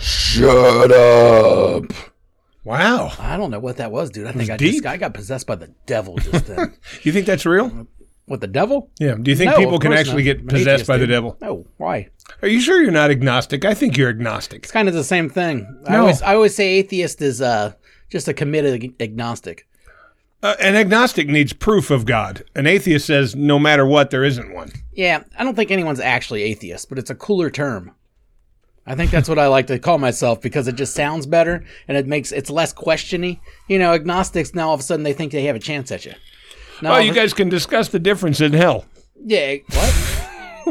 Shut up. Wow. I don't know what that was, dude. I think I deep. just I got possessed by the devil just then. You think that's real? what the devil? Yeah. Do you think No, people of can course actually not. get I'm an possessed atheist, by the dude. devil? No, why? Are you sure you're not agnostic? I think you're agnostic. It's kind of the same thing. I No. always I always say atheist is uh just a committed ag- agnostic. Uh, an agnostic needs proof of God. An atheist says no matter what, there isn't one. Yeah, I don't think anyone's actually atheist, but it's a cooler term. I think that's what I like to call myself because it just sounds better and it makes it's less questiony. You know, agnostics now all of a sudden they think they have a chance at you. No, Oh, you guys can discuss the difference in hell. yeah, what?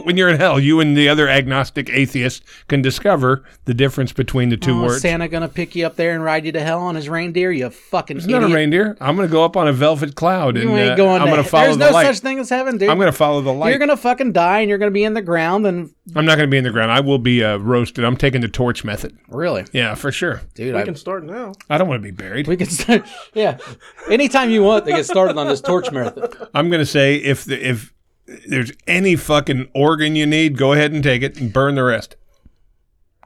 When you're in hell, you and the other agnostic atheist can discover the difference between the two Oh, words. Santa gonna pick you up there and ride you to hell on his reindeer? You fucking It's not a idiot. reindeer. I'm going to go up on a velvet cloud and You ain't uh, going. I'm to going to he- follow There's the no light. such thing as heaven, dude. I'm going to follow the light. You're gonna fucking die, and you're gonna be in the ground. And I'm not going to be in the ground. I will be uh, roasted. I'm taking the torch method. really, Yeah, for sure. dude, We I, can start now. I don't want to be buried. we can start. Yeah, anytime you want, they get started on this torch marathon. I'm going to say if the, if there's any fucking organ you need, go ahead and take it and burn the rest.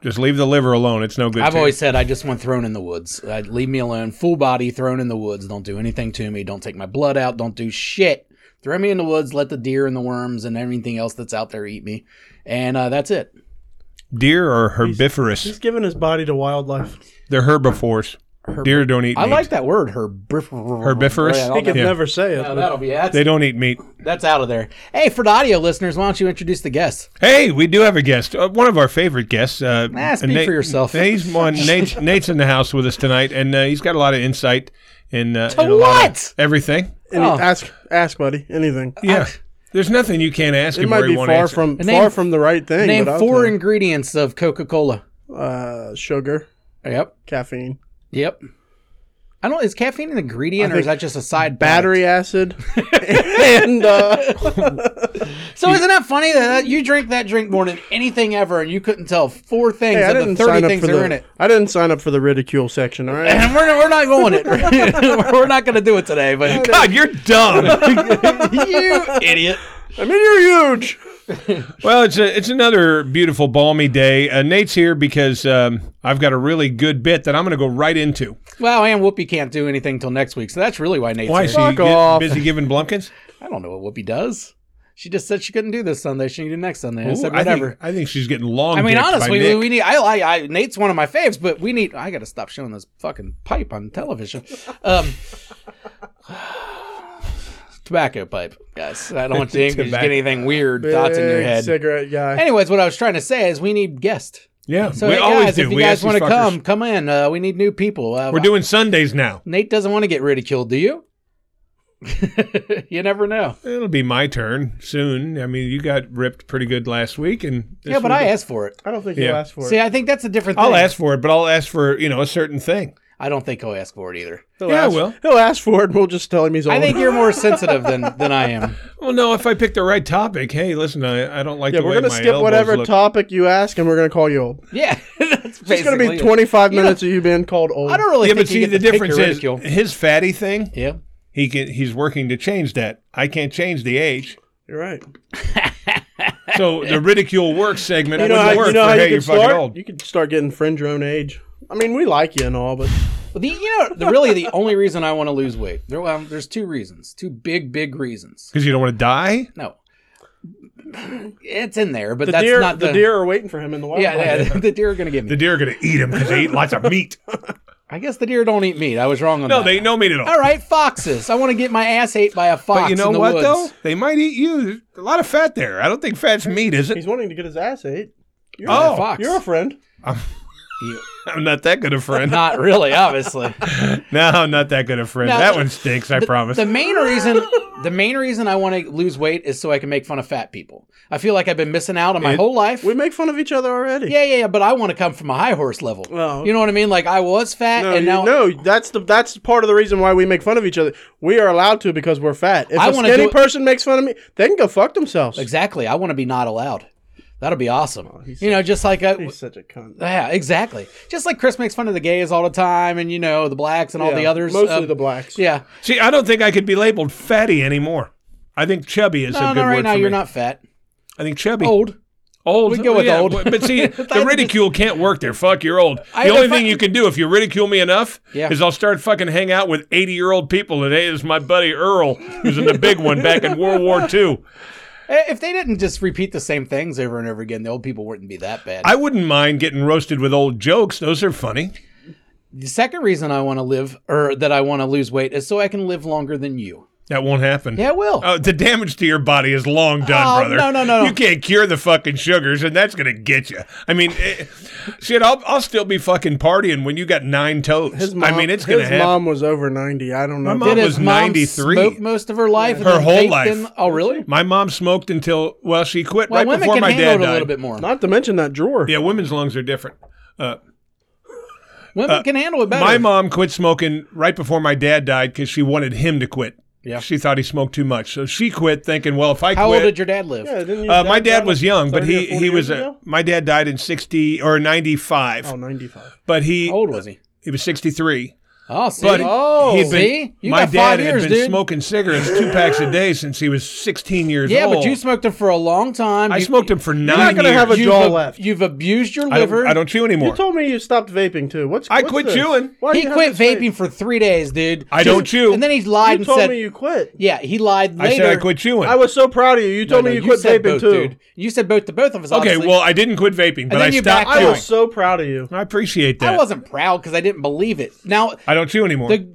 Just leave the liver alone. It's no good. I've to you. always said I just want thrown in the woods. i leave me alone, full body thrown in the woods. Don't do anything to me. Don't take my blood out. Don't do shit. Throw me in the woods. Let the deer and the worms and everything else that's out there eat me, and uh, that's it. deer are herbivorous. He's giving his body to wildlife. They're herbivores. deer don't eat I meat. like that word, herbivorous. Herbivorous? Yeah, I He don't could know. never say it. No, but that'll be that's, They don't eat meat. that's out of there. Hey, for the audio listeners, why don't you introduce the guest? Hey, we do have a guest. Uh, one of our favorite guests. Uh, Ah, speak for yourself. Nate's, on, Nate's, Nate's in the house with us tonight, and uh, he's got a lot of insight in, uh, in a lot of what? everything. any- Oh. Ask, ask, buddy, anything. Yeah. There's nothing you can't ask It him might where he be won't far answer. from Name- far from the right thing. Name but I'll four tell you. ingredients of Coca Cola. uh, sugar, Yep. caffeine, Yep. I don't. Is caffeine an ingredient, or is think that just a side battery acid, and uh, product? So isn't that funny that that you drink that drink more than anything ever, and you couldn't tell four things hey, I of didn't the sign thirty up things for that are in the it. I didn't sign up for the ridicule section. All right. And we're, we're not going it. we're not going to do it today. But God, you're dumb. you idiot. I mean, you're huge. well, it's a, it's another beautiful balmy day. Uh, Nate's here because um, I've got a really good bit that I'm going to go right into. Well, and Whoopi can't do anything till next week, so that's really why Nate's Why here. is she get- off. busy giving blumpkins? I don't know what Whoopi does. She just said she couldn't do this Sunday. She can do next Sunday. I Ooh, said I, think, whatever. I think she's getting long. I mean, dicked by honestly, we, Nick. we need. I, I, I, Nate's one of my faves, but we need. I got to stop showing this fucking pipe on television. Um, tobacco pipe, guys. I don't want you to just get Tobacco. anything weird thoughts in your Big head. Cigarette guy. Anyways, what I was trying to say is we need guests. yeah, So we hey, always guys, do. if you we guys want to come, come in. Uh, we need new people. Uh, We're doing Sundays now. Nate doesn't want to get ridiculed, do you? you never know. It'll be my turn soon. I mean, you got ripped pretty good last week, and this yeah, but week- I asked for it. I don't think Yeah. you asked for See, it. I think that's a different thing. I'll ask for it, but I'll ask for you know a certain thing. I don't think he'll ask for it either. He'll yeah, I ask- will. He'll ask for it. and We'll just tell him he's old. I think you're more sensitive than than I am. Well, no, if I pick the right topic, hey, listen, I, I don't like yeah, the we're way gonna my skip elbows whatever look. topic you ask, and we're gonna call you old. Yeah, that's basically. It's gonna be it. 25 minutes of you being called old. I don't really. yeah, think but you see, get the to pick difference your is ridicule. his fatty thing. yeah. He can he's working to change that. I can't change the age, You're right. so the ridicule work segment You know, wouldn't how, work. you know for, how hey, you you're can fucking start? old. You could start getting friends your own age. I mean, we like you and all, but Well, the, you know, the, really, the only reason I want to lose weight. There, well, there's two reasons. Two big, big reasons. Because you don't want to die. No, it's in there, but the that's deer, not the, the, deer are waiting for him in the wild. Yeah, yeah, the deer are gonna get me. The deer are going to eat him because they eat lots of meat. I guess the deer don't eat meat. I was wrong on No, that. they eat no meat at all. All right, foxes. I want to get my ass ate by a fox. But you know in the what woods. though? They might eat you. There's a lot of fat there. I don't think fat's meat, is it? He's wanting to get his ass ate. You're Oh. a Fox. you're a friend. I'm not that good a friend. Not really, obviously. No, I'm not that good a friend. No, that the- one stinks, I promise. The main reason, the main reason I want to lose weight is so I can make fun of fat people. I feel like I've been missing out on my It- whole life. We make fun of each other already. Yeah, yeah, yeah, but I want to come from a high horse level. Well- you know what I mean? Like I was fat, No, and you- now no, that's the that's part of the reason why we make fun of each other. We are allowed to because we're fat. If I a wanna skinny do it- person makes fun of me, they can go fuck themselves. exactly. I want to be not allowed. That'll be awesome. you know, just like a, Oh, He's such a cunt. yeah, exactly. Just like Chris makes fun of the gays all the time, and you know the blacks and all the Yeah, others. mostly um, the blacks. Yeah. See, I don't think I could be labeled fatty anymore. I think chubby is No, a good no, right word now for you're Oh, me. not fat. I think chubby. Old. Old. We go with yeah, old. But see, the just- ridicule can't work there. Fuck, you're old. I- the only if I- thing you can do if you ridicule me enough Yeah. is I'll start fucking hang out with 80 year old people. Today is my buddy Earl, who's in the big one back in World War II. Eh, If they didn't just repeat the same things over and over again, the old people wouldn't be that bad. I wouldn't mind getting roasted with old jokes. Those are funny. the second reason I want to live or that I want to lose weight is so I can live longer than you. That won't happen. Yeah, it will. Oh, the damage to your body is long done, Oh, brother. no, no, no, no. You can't cure the fucking sugars, and that's gonna get you. I mean, eh, shit, I'll, I'll still be fucking partying when you got nine toes. His mom, I mean, it's gonna his happen. mom was over ninety. I don't know. mom- Did his was mom 93. smoke most of her life? and Her then whole baked life. in- Oh, really? My mom smoked until well, she quit Well, right women before can my handle it dad a died. little bit more. Not to mention that drawer. Yeah, women's lungs are different. Uh, Women can handle it better. my mom quit smoking right before my dad died because she wanted him to quit. Yeah. she thought he smoked too much, so she quit, thinking, well, if I How quit, old did your dad live? Yeah, didn't you Uh, my dad die was like young, but 30 or he 40 he was years a, ago? my dad died in sixty or ninety five, oh 95. but he How old was he? he was sixty three. Oh, see, But oh, he'd been, see, you my got dad five years, had been dude. smoking cigarettes two packs a day since he was sixteen years yeah, old. but you smoked them for a long time. I You- smoked him for nine not gonna years. have a you've jaw ab- left. You've abused your I liver. don't, I don't chew anymore. You told me you stopped vaping too. What's I what's quit this? chewing. Why do he you have quit this thing? vaping for three days, dude. I don't chew. And then he lied You and told said, me you quit. "Yeah, he lied I later." said I quit chewing. I was so proud of you. You told No, me you, you quit said vaping both, too. dude. You said both to both of us. okay, obviously. well, I didn't quit vaping, but then I you stopped backed I chewing. was so proud of you. I appreciate that. I wasn't proud because I didn't believe it. Now I don't chew anymore. the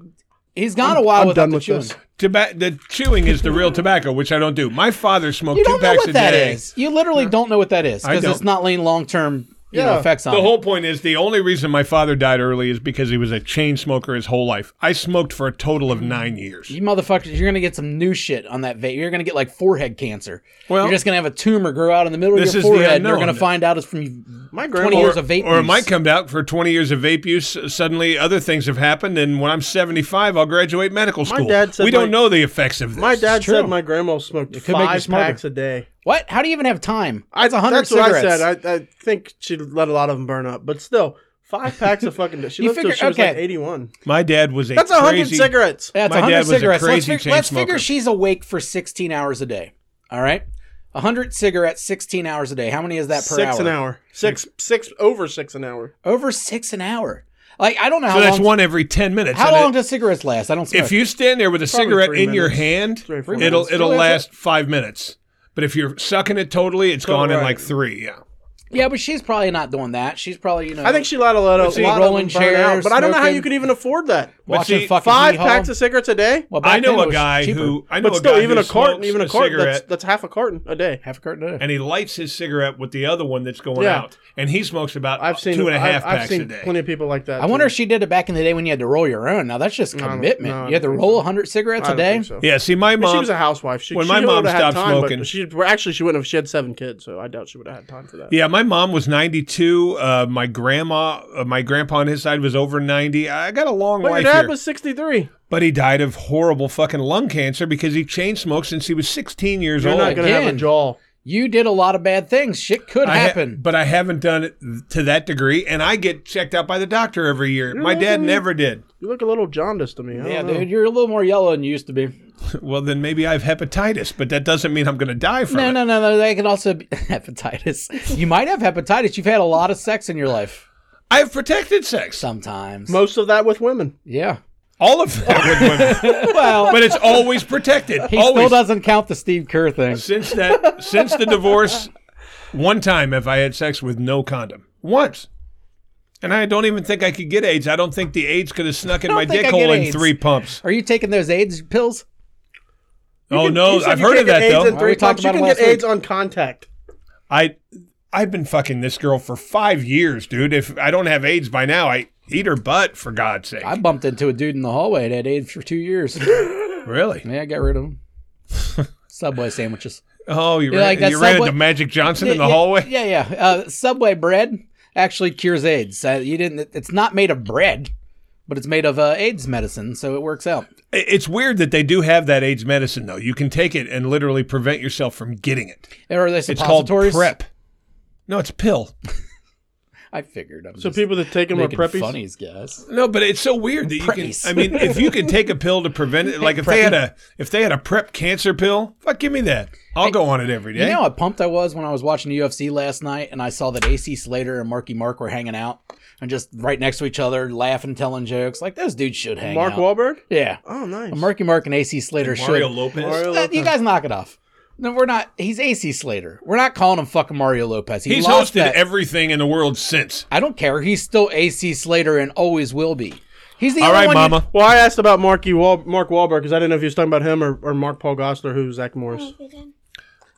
he's gone a while I'm without done the with chewing. this. Toba- the chewing is the real tobacco, which I don't do. My father smoked You two don't know packs what a that is. day. You literally don't know what that is I because it's don't. not laying long term you know, Yeah. effects on The it. whole point is the only reason my father died early is because he was a chain smoker his whole life. I smoked for a total of nine years. You motherfuckers, you're gonna get some new shit on that vape. You're gonna get like forehead cancer. Well- you're just gonna have a tumor grow out in the middle of This your is the forehead. and You're unknown. gonna find out it's from you. My 20 years grandma. of vape Or it use. might come out for 20 years of vape use. Uh, Suddenly, other things have happened, and when I'm 75, I'll graduate medical school. dad said we don't my- know the effects of this. My dad true. said my grandma smoked could make you five smarter. packs a day. What? How do you even have time? I, It's a hundred that's what I cigarettes. said. I, I think she let a lot of them burn up, but still, five packs of fucking. She You lived till figure- she was like okay. eighty-one. My dad was a That's a hundred crazy- cigarettes. That's My 100 dad was a cigarettes. crazy let's, fig- chain let's figure smoker. she's awake for 16 hours a day. All right? 100 cigarettes, 16 hours a day. How many is that per Six hour? an hour. Six, six over six an hour. Over six an hour. Like, I don't know how So that's long. one every 10 minutes. how and it- long does cigarettes last? I don't smoke. if you stand there with a Probably cigarette in three your minutes. hand, Three, four it'll minutes. it'll Really, that's last five minutes. But if you're sucking it totally, it's gone in Right. like three. Yeah. yeah, but she's probably not doing that. She's probably, you know, I think she let a lot of, See, a lot rolling of them burn out, chairs, but I don't know how smoking. you could even afford that. watching see, fucking Five Hee-Haw. packs of cigarettes a day. Well, back I know then it a was guy cheaper. who I know But a guy still, even who a carton, smokes even a carton, that's, cigarette that's half a carton a day. Half a carton a day. and he lights his cigarette with the other one that's going Yeah. out, and he smokes about I've seen two and a half I've, I've packs seen a day. plenty of people like that. I wonder too. if she did it back in the day when you had to roll your own. Now that's just don't- commitment. no, I you had to don't think roll so. 100 cigarettes I a don't day. think so. Yeah, see, my I mean, mom. she was a housewife. She, when she my would've mom had stopped time, but smoking- she well, actually she wouldn't have. She had seven kids, so I doubt she would have had time for that. yeah, my mom was 92. Uh, my grandma, uh, my grandpa on his side was over 90. I got a long But your life dad here. was sixty-three. but he died of horrible fucking lung cancer because he chain smoked since he was 16 years You're old. not gonna have a Again. jaw. You did a lot of bad things. Shit could I ha- happen. but I haven't done it to that degree, and I get checked out by the doctor every year. my dad not Mm-hmm. gonna- never did. You look a little jaundiced to me. I yeah, don't know. dude, you're a little more yellow than you used to be. Well, then maybe I have hepatitis, but that doesn't mean I'm going to die from No, it. no, no, no. That can also be hepatitis. You might have hepatitis. You've had a lot of sex in your life I've protected sex. sometimes. Most of that with women. yeah. All of that with women. Well, But it's always protected. he still always. doesn't count the Steve Kerr thing. Since that since the divorce, one time have I had sex with no condom. Once. And I don't even think I could get AIDS. I don't think the AIDS could have snuck in don't my think dick I hole get in AIDS. three pumps. Are you taking those AIDS pills? oh You- you no, said I've you heard can't of that get AIDS though. in three We talked times. You about can it get last AIDS on contact. I I've been fucking this girl for five years, dude. If I don't have AIDS by now, I eat her butt for God's sake. I bumped into a dude in the hallway that had AIDS for two years. really? yeah, I got rid of him. Subway sandwiches. Oh, you Yeah, ran, like that you ran Subway- into Magic Johnson in the yeah, hallway. Yeah, yeah. Uh, Subway bread actually cures AIDS. Uh, you didn't. It's not made of bread, but it's made of uh, AIDS medicine, so it works out. It- It's weird that they do have that AIDS medicine though. You can take it and literally prevent yourself from getting it. Or are they It's called suppositories? prep. No, it's a pill. I figured. I'm So people that take them are making preppies. funnies, guys. No, but it's so weird that you can. Praise. I mean, if you can take a pill to prevent it, like if they had a if they had a prep cancer pill, fuck, give me that. I'll go on it every day. You know how pumped I was when I was watching the UFC last night and I saw that AC Slater and Marky Mark were hanging out and just right next to each other, laughing, telling jokes. Like those dudes should hang Mark out. Wahlberg. Yeah, Oh, nice. Marky Mark and AC Slater Mario should. Lopez. Mario That- you Lopez. guys knock it off. No, we're not. He's AC Slater. We're not calling him fucking Mario Lopez. He He's lost hosted that. everything in the world since. I don't care. He's still AC Slater and always will be. He's the All only right, one you- Mama. Well, I asked about Marky Wahl- Mark Wahlberg because I didn't know if he was talking about him or, or Mark Paul Gossler, who's Zach Morris.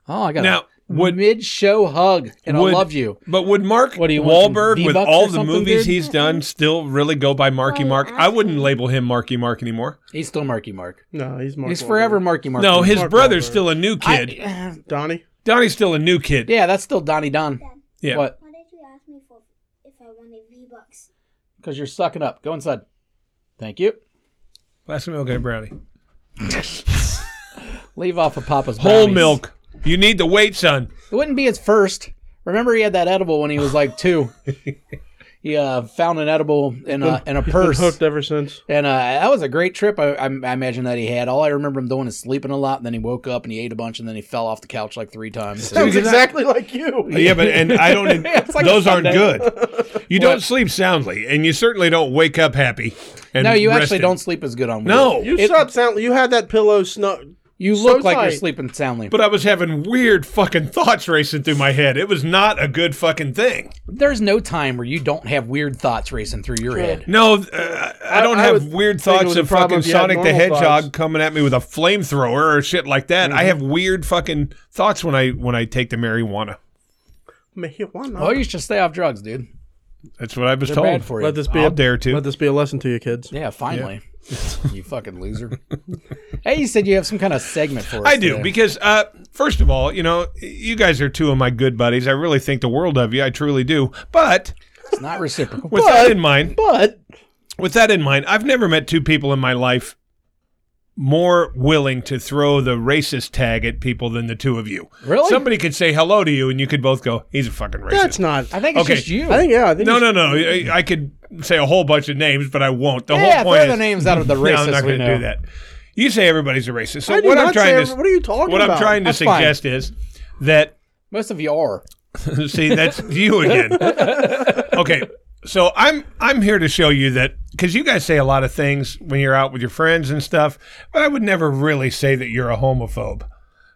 oh, I got Now, a would- mid-show hug, and would- I love you. But would Mark What do you want, some Wahlberg, with V-Bucks all or the something, movies dude? he's done, still really go by Marky Mark? I wouldn't label him Marky Mark anymore. He's still Marky Mark. No, he's Mark. He's Wahlberg. forever Marky Mark. No, his Mark brother's Wahlberg. still a new I- kid. Donnie. Donnie's still a new kid. yeah, that's still Donnie Don. Yeah. What? Why did you ask me for if I wanted V Bucks? Because you're sucking up. Go inside. Thank you. Glass of milk and a brownie. Leave off of Papa's Whole brownies. milk. You need the weight, son. It wouldn't be his first. Remember, he had that edible when he was like two. he uh, found an edible in a in a Been purse. hooked ever since. And uh, that was a great trip. I, I, I imagine that he had. All I remember him doing is sleeping a lot, and then he woke up and he ate a bunch, and then he fell off the couch like three times. Sounds exactly like you. Uh, Yeah, but and I don't. It's like a those aren't Sunday. good. You don't What? sleep soundly, and you certainly don't wake up happy. And no, you actually rested. don't sleep as good on. weed. No, You It- slept sound. You had that pillow snug. you So look like you're tight. sleeping soundly. but I was having weird fucking thoughts racing through my head. It was not a good fucking thing. There's no time where you don't have weird thoughts racing through your head. No, uh, I I- don't I have would weird think it thoughts was a of problem fucking if you had Sonic the normal Hedgehog thoughts. Mm-hmm. coming at me with a flamethrower or shit like that. I have weird fucking thoughts when I when I take the marijuana. Marijuana. Oh, you should stay off drugs, dude. That's what I was They're told. bad for you. Let this be I'll a dare to. Let this be a lesson to you, kids. yeah, finally. you fucking loser. hey, you said you have some kind of segment for us. I do today. because uh, first of all, you know, you guys are two of my good buddies. I really think the world of you. I truly do. But It's not reciprocal. with that in mind, But with that in mind, I've never met two people in my life more willing to throw the racist tag at people than the two of you. Really? Somebody could say hello to you, and you could both go, "He's a fucking racist." that's not. I think it's Okay. just you. I think yeah. I think no, it's- no, no. I, I could say a whole bunch of names, but I won't. The yeah, whole point throw is the names out of the No, I'm racists not we going know. to do that. You say everybody's a racist. So I did what not I'm trying say- to what are you talking what I'm about? trying to That's fine. suggest is that Most of you are. See, that's you again. Okay, so I'm I'm here to show you that because you guys say a lot of things when you're out with your friends and stuff, but I would never really say that you're a homophobe.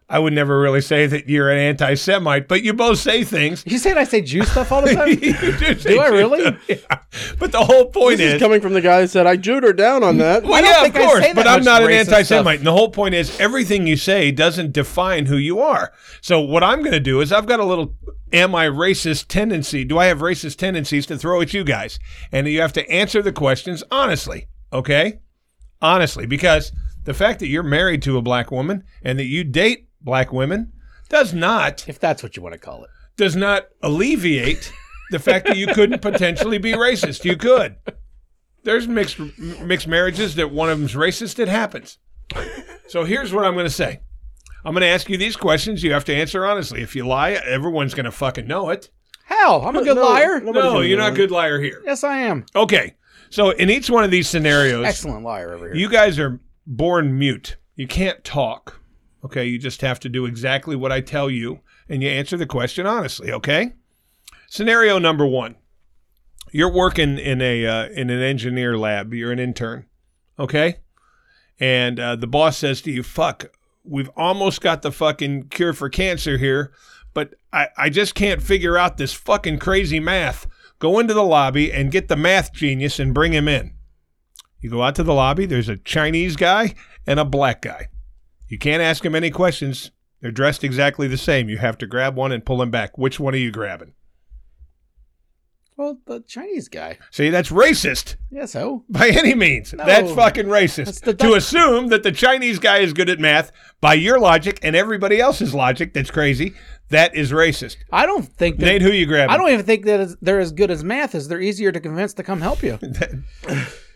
I would never really say that you're an anti-Semite, but you both say things. You said I say Jew stuff all the time. You do say I two really? stuff, yeah. But the whole point This is is, coming from the guy that said I jewed her down on that. well, I don't yeah, of think I course, say that but I'm much not an racist stuff. anti-Semite. And the whole point is, everything you say doesn't define who you are. So what I'm going to do is, I've got a little, am I racist tendency? Do I have racist tendencies to throw at you guys? And you have to answer the questions honestly, okay? Honestly, because the fact that you're married to a black woman and that you date black women does not if that's what you want to call it. does not alleviate the fact that you couldn't potentially be racist. You could. There's mixed m- mixed marriages that one of them's racist. It happens. So here's what I'm going to say. I'm going to ask you these questions. You have to answer honestly. If you lie, everyone's going to fucking know it. How? I'm a good No, liar. nobody's No, gonna you're know not a it. good liar here. Yes, I am. Okay. So in each one of these scenarios, Excellent liar over here. you guys are born mute. You can't talk. Okay. You just have to do exactly what I tell you and you answer the question honestly. Okay. Scenario number one you're working in a uh, in an engineer lab, you're an intern. Okay. And uh, the boss says to you, fuck, we've almost got the fucking cure for cancer here, but I, I just can't figure out this fucking crazy math. Go into the lobby and get the math genius and bring him in. You go out to the lobby, there's a Chinese guy and a black guy. You can't ask him any questions. They're dressed exactly the same. You have to grab one and pull him back. Which one are you grabbing? well, the Chinese guy. See, that's racist Yeah, so by any means. No. that's fucking That's racist. the to doc- assume that the Chinese guy is good at math by your logic and everybody else's logic that's crazy, that is racist. I don't think that. Nate, who you grabbing? I don't even think that is- they're as good as math as they're easier to convince to come help you.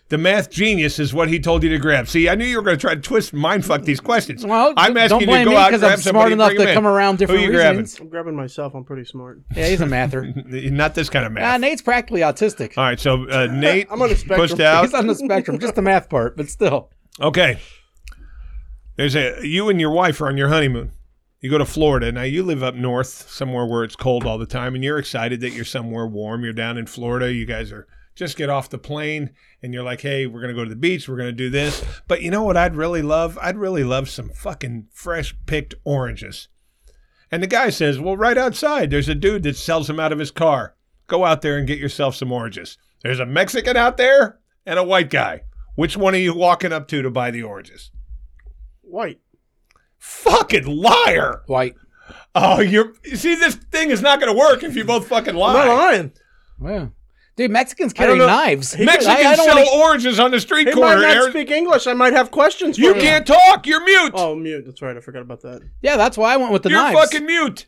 The math genius is what he told you to grab. See, I knew you were going to try to twist mind fuck these questions. Well, I'm d- asking don't you to blame go me out 'cause grab I'm smart somebody, enough bring 'em to in. come around different Who you reasons. I'm grabbing myself. I'm pretty smart. Yeah, he's a mather. grabbing? Not this kind of uh, math. Nate's practically autistic. All right, so uh, Nate I'm on the spectrum. pushed out. He's on the spectrum, just the math part, but still. Okay. There's a you and your wife are on your honeymoon. You go to Florida. Now you live up north, somewhere where it's cold all the time, and you're excited that you're somewhere warm. You're down in Florida. You guys are just get off the plane and you're like, "Hey, we're going to go to the beach. We're going to do this." But you know what I'd really love? I'd really love some fucking fresh picked oranges. And the guy says, "Well, right outside there's a dude that sells them out of his car. Go out there and get yourself some oranges." There's a Mexican out there and a white guy. Which one are you walking up to to buy the oranges? White. Fucking liar! White. Oh, you're you see, this thing is not going to work if you both fucking I'm lie. not lying. Wow. Dude, Mexicans I don't carry know. knives. He Mexicans I, I don't sell wanna- oranges on the street He corner. might not Aaron. speak English. I might have questions. For you him. can't talk. You're mute. Oh, mute. That's right. I forgot about that. yeah, that's why I went with the you're knives. fucking mute.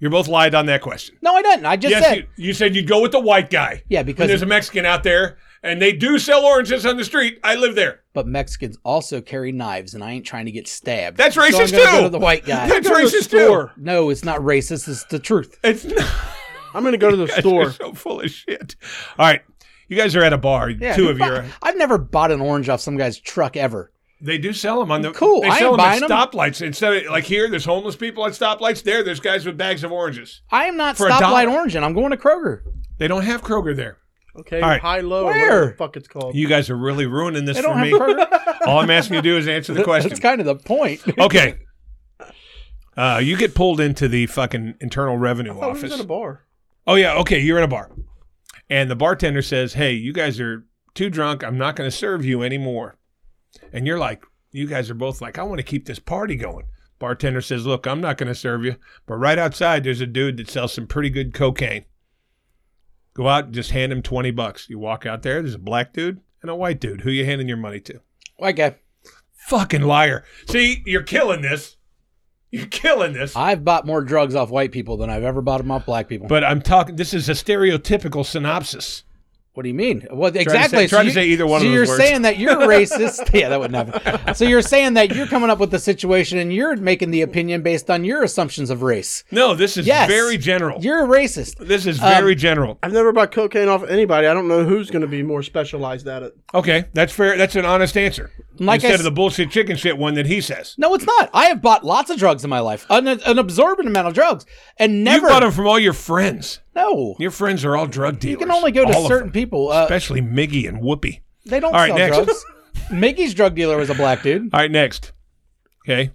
You're both lied on that question. No, I didn't. I just yes, said. you, you said you'd go with the white guy. Yeah, And because there's a Mexican out there, and they do sell oranges on the street. I live there. but Mexicans also carry knives, and I ain't trying to get stabbed. That's So I'm racist gonna go too. to the white guy. That's Go to the racist too. store. no, it's not racist. It's the truth. It's not. I'm gonna go to the guys are store. so full of shit. All right. You guys are at a bar. Two of you but are. I've never bought an orange off some guy's truck ever. They do sell them on the. Cool, They I sell ain't them at buying 'em. stoplights instead of like here. There's homeless people at stoplights. There, there's guys with bags of oranges. I am not For a stoplight dollar. oranging. I'm going to Kroger. They don't have Kroger there. Okay. All right. High low. or Where? Whatever the fuck it's called. You guys are really ruining this They for don't have me. Kroger. All I'm asking you to do is answer the question. That's kind of the point. Okay. Uh, you get pulled into the fucking internal revenue I thought we office. was at a bar. Oh yeah, okay, you're in a bar. And the bartender says, "Hey, you guys are too drunk. I'm not going to serve you anymore." And you're like, you guys are both like, "I want to keep this party going." Bartender says, "Look, I'm not going to serve you, but right outside there's a dude that sells some pretty good cocaine. Go out and just hand him 20 bucks. You walk out there, there's a black dude and a white dude. Who you handing your money to?" White guy. Fucking liar. See, you're killing this. You're killing this. I've bought more drugs off white people than I've ever bought them off black people. But I'm talking this is a stereotypical synopsis. What do you mean? Well, to say- exactly. try to say either one So of those you're words. saying that you're racist. yeah, that wouldn't happen. So you're saying that you're coming up with the situation and you're making the opinion based on your assumptions of race. No, this is Yes. very general. You're um, a racist. This is very general. I've never bought cocaine off anybody. I don't know who's gonna be more specialized at it. Okay, that's fair. That's an honest answer. Like I Instead s- of the bullshit chicken shit one that he says. No, it's not. I have bought lots of drugs in my life, an, an absorbent amount of drugs, and never. You bought them from all your friends. no, Your friends are all drug dealers. you can only go to All of certain them. people. Uh, especially Miggy and Whoopi. they don't All right, sell next. drugs. Mickey's drug dealer was a black dude. All right, next. Okay,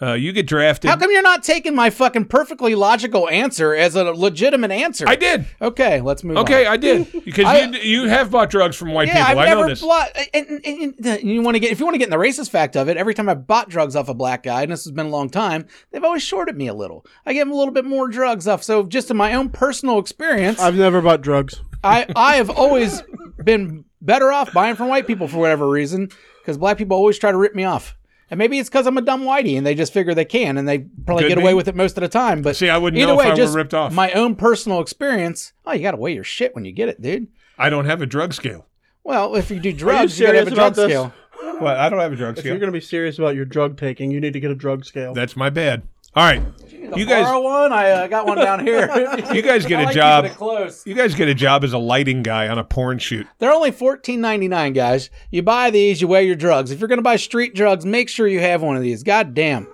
uh, you get drafted. How come you're not taking my fucking perfectly logical answer as a legitimate answer? I did. Okay, let's move on. Okay, I did because I- you you have bought drugs from white Yeah, people. I've I never know this. bought. And, and- and- and you want to get if you want to get in the racist fact of it. Every time I bought drugs off a black guy, and this has been a long time, they've always shorted me a little. I gave them a little bit more drugs off. So just in my own personal experience, I've never bought drugs. I I have always been better off buying from white people for whatever reason because black people always try to rip me off. And maybe it's because I'm a dumb whitey, and they just figure they can, and they probably Could get away be. with it most of the time. But See, I wouldn't either know if way, I were just ripped off. My own personal experience. Oh, you got to weigh your shit when you get it, dude. I don't have a drug scale. Well, if you do drugs, you, gotta have a serious drug about this? scale. Well, I don't have a drug If you're scale. gonna be serious about your drug taking, you need to get a drug scale. That's my bad. All right, you guys, borrow one. I uh, got one down here. you guys get I a like job. keeping it Close. You guys get a job as a lighting guy on a porn shoot. They're only fourteen ninety nine, guys. You buy these, you weigh your drugs. If you're gonna buy street drugs, make sure you have one of these. God damn.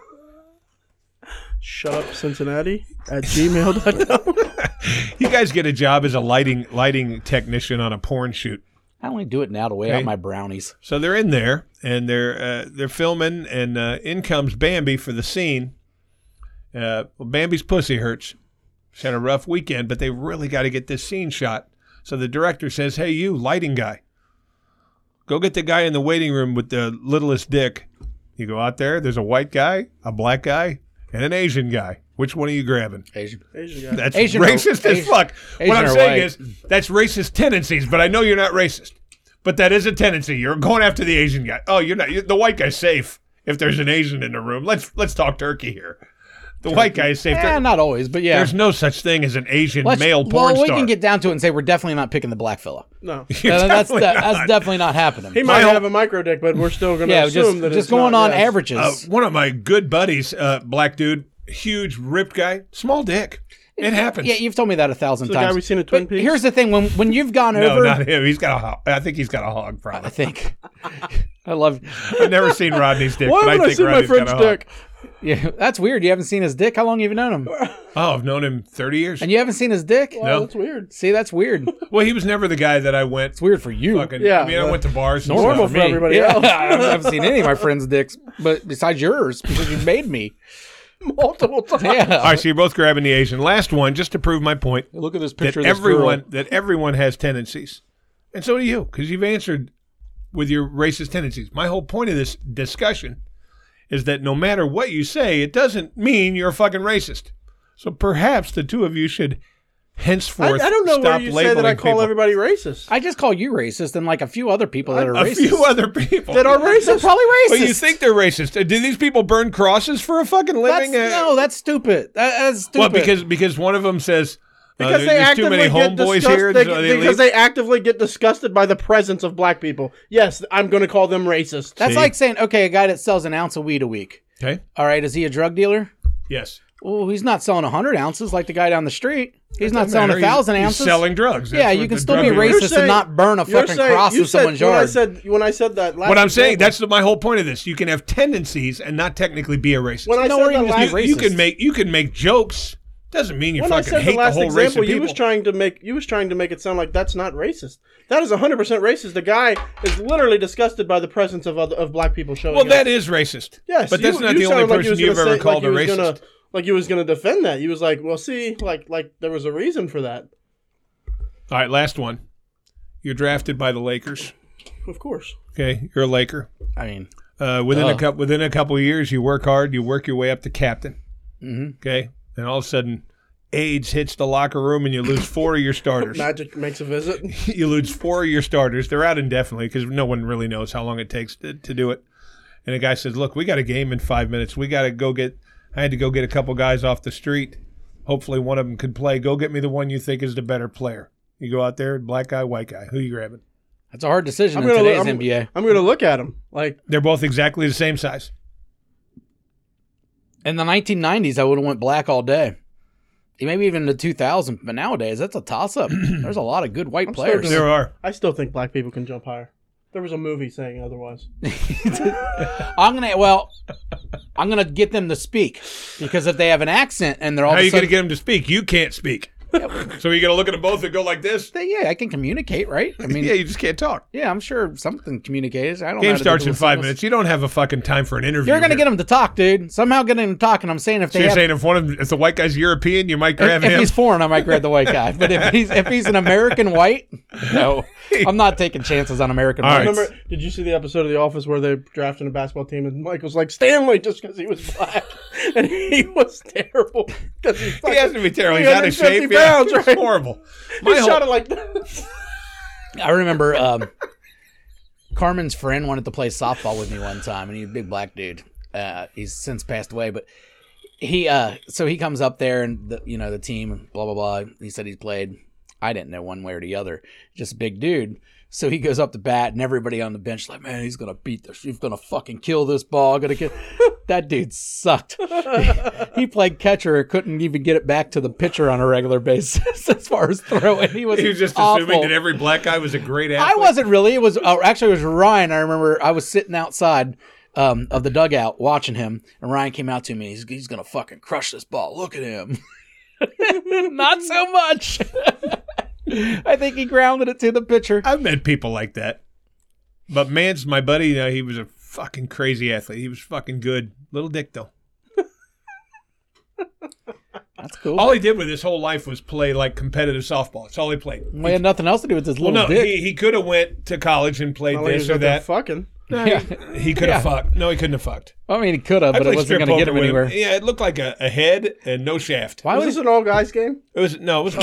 Shut up, Cincinnati at gmail.com. You guys get a job as a lighting lighting technician on a porn shoot. I only do it now to weigh Okay. out my brownies. So they're in there and they're uh, they're filming, and uh, in comes Bambi for the scene. Uh, well, Bambi's pussy hurts. She's had a rough weekend, but they really got to get this scene shot. So the director says, "Hey, you lighting guy, go get the guy in the waiting room with the littlest dick." You go out there. There's a white guy, a black guy, and an Asian guy. Which one are you grabbing? Asian. Asian guy. That's Asian or- racist as Asian- fuck. Asian what I'm or saying white. is that's racist tendencies, but I know you're not racist. But that is a tendency. You're going after the Asian guy. Oh, you're not. you the white guy's safe if there's an Asian in the room. Let's let's talk turkey here. The white guy is safe. Eh, There- not always, but yeah. There's no such thing as an Asian Let's- male well, porn we star. can get down to it and say we're definitely not picking the black fella. No. You're That- that's definitely that- not. that's definitely not happening. He might whole- have a micro dick, but we're still going to yeah, assume just that just it's going on not, yes. averages. Uh, one of my good buddies, uh, black dude, huge ripped guy, small dick. It happens. yeah, you've told me that a thousand the guy times. we've seen at Twin But Peaks? Here's the thing: when when you've gone no, over, not him. He's got a. Hog. I think he's got a hog I problem. think I love. I've never seen Rodney's dick. Why but would I I think see my Rodney's friend's got a hog. dick? Yeah, that's weird. You haven't seen his dick. How long have you known him? Oh, I've known him thirty years. And you haven't seen his dick? No. Oh, that's weird. See, that's weird. It's well, he was never the guy that I went. weird for you. Fucking, Yeah. I mean, I went to bars. and Normal stuff. for everybody yeah, else. I haven't seen any of my friends' dicks, but besides yours, because you made me. Multiple times. All Yeah. right, so you're both grabbing the Asian. Last one, just to prove my point Look at this that picture. of this everyone girl. that everyone has tendencies, and so do you, because you've answered with your racist tendencies. My whole point of this discussion is that no matter what you say, it doesn't mean you're a fucking racist. So perhaps the two of you should I, henceforth I don't know where stop you say labeling that I call people. everybody racist. I just call you racist and like a few other people that are a racist. few other people that are racist. Probably racist. But you think they're racist? Uh, Do these people burn crosses for a fucking that's, living? Uh, no, that's stupid. That, that's stupid. well, because because one of them says uh, because there- they there's too actively many get homeboys disgusted. here, They, so get- they because leave. they actively get disgusted by the presence of black people. Yes, I'm going to call them racist. that's See? like saying, okay, a guy that sells an ounce of weed a week. okay, All right, is he a drug dealer? yes. Well, he's not selling hundred ounces like the guy down the street. He's not selling a Matter, he's- thousand he's ounces. selling drugs. Yeah, That's you what can the still drug be dealer- racist and not burn a you're fucking saying- cross you in said- someone's When I yard. said when I said that last What I'm saying, example- that's the, my whole point of this. You can have tendencies and not technically be a racist. when I No, said or that even just last be you, you racist. can make you can make jokes. Doesn't mean you when I fucking said the hate the last whole race example, of you people. was trying to make you was trying to make it sound like that's not racist. That is 100 percent racist. The guy is literally disgusted by the presence of other, of black people showing well, up. that is racist. yes, but you- that's not you the only sounded like person you was you've gonna ever say- called like a you was racist. Gonna, like you was going to defend that. He was like, well, see, like like there was a reason for that. All right, last one. You're drafted by the Lakers. Of course. Okay, you're a Laker. I mean, Uh, within a Duh. couple within a couple of years, you work hard, you work your way up to captain. mhm. Okay, and all of a sudden, AIDS hits the locker room, and you lose four of your starters. Magic makes a visit. you lose four of your starters. They're out indefinitely because no one really knows how long it takes to, to do it. And the guy says, "Look, we got a game in five minutes. We got to go get. I had to go get a couple guys off the street. Hopefully, one of them can play. Go get me the one you think is the better player. You go out there, black guy, white guy. Who you grabbing? that's a hard decision I'm in gonna today's look, I'm, NBA. I'm going to look at him like They're both exactly the same size. In the 1990s, I would have went black all day. Maybe even the 2000s, but nowadays that's a toss up. There's a lot of good white I'm players. sorry There are. I still think black people can jump higher. There was a movie saying otherwise. I'm gonna well, I'm gonna get them to speak because if they have an accent and they're all How of a you going to sudden, get them to speak? You can't speak. so you going to look at them both and go like this? they, yeah, I can communicate, right? I mean, Yeah, yeah, you just can't talk. I'm sure something communicates. I don't. know how Game to starts do in this. five minutes. You don't have a fucking time for an interview. You're gonna here. get them to talk, dude. Somehow get them to talk, and I'm saying if So they you're have, saying if one of them, if the white guy's European, you might grab if, if him. he's foreign, I might grab the white guy. But if he's if he's an American white, no, I'm not taking chances on American All right. whites. Remember, did you see the episode of The Office where they're drafting a basketball team and Michael's like Stanley just because he was black and he was terrible because he, He has to be terrible. He's out of 350 shape. Yeah, pounds, it's right? horrible. he My whole- shot it like this. I remember um, Carmen's friend wanted to play softball with me one time, and he's a big black dude. Uh, he's since passed away, but he uh, so he comes up there and the, you know the team, blah blah blah. He said he's played. I didn't know one way or the other. Just a big dude. So he goes up to bat, and everybody on the bench like, man, he's gonna beat this. He's gonna fucking kill this ball. Gonna kill. that dude sucked. he played catcher, and couldn't even get it back to the pitcher on a regular basis as far as throwing. He was, He was just awful. assuming that every black guy was a great athlete. I wasn't really. It was uh, actually it was Ryan. I remember I was sitting outside um, of the dugout watching him, and Ryan came out to me. He's, he's gonna fucking crush this ball. Look at him. Not so much. I think he grounded it to the pitcher. I've met people like that. But man's my buddy. You know, he was a fucking crazy athlete. He was fucking good. Little dick though. That's cool. All he did with his whole life was play like competitive softball. That's all he played. we had nothing else to do with this Well, little no, dick. he, he could have went to college and played Oh, Not like he this was or out there that. Fucking. Yeah. He could have Yeah. fucked. No, he couldn't have fucked. I mean, he could have, I but played it wasn't strip gonna get poker him with anywhere. Yeah, it looked like a, a head and no shaft. Why Was would this an all guys game? It was no, it was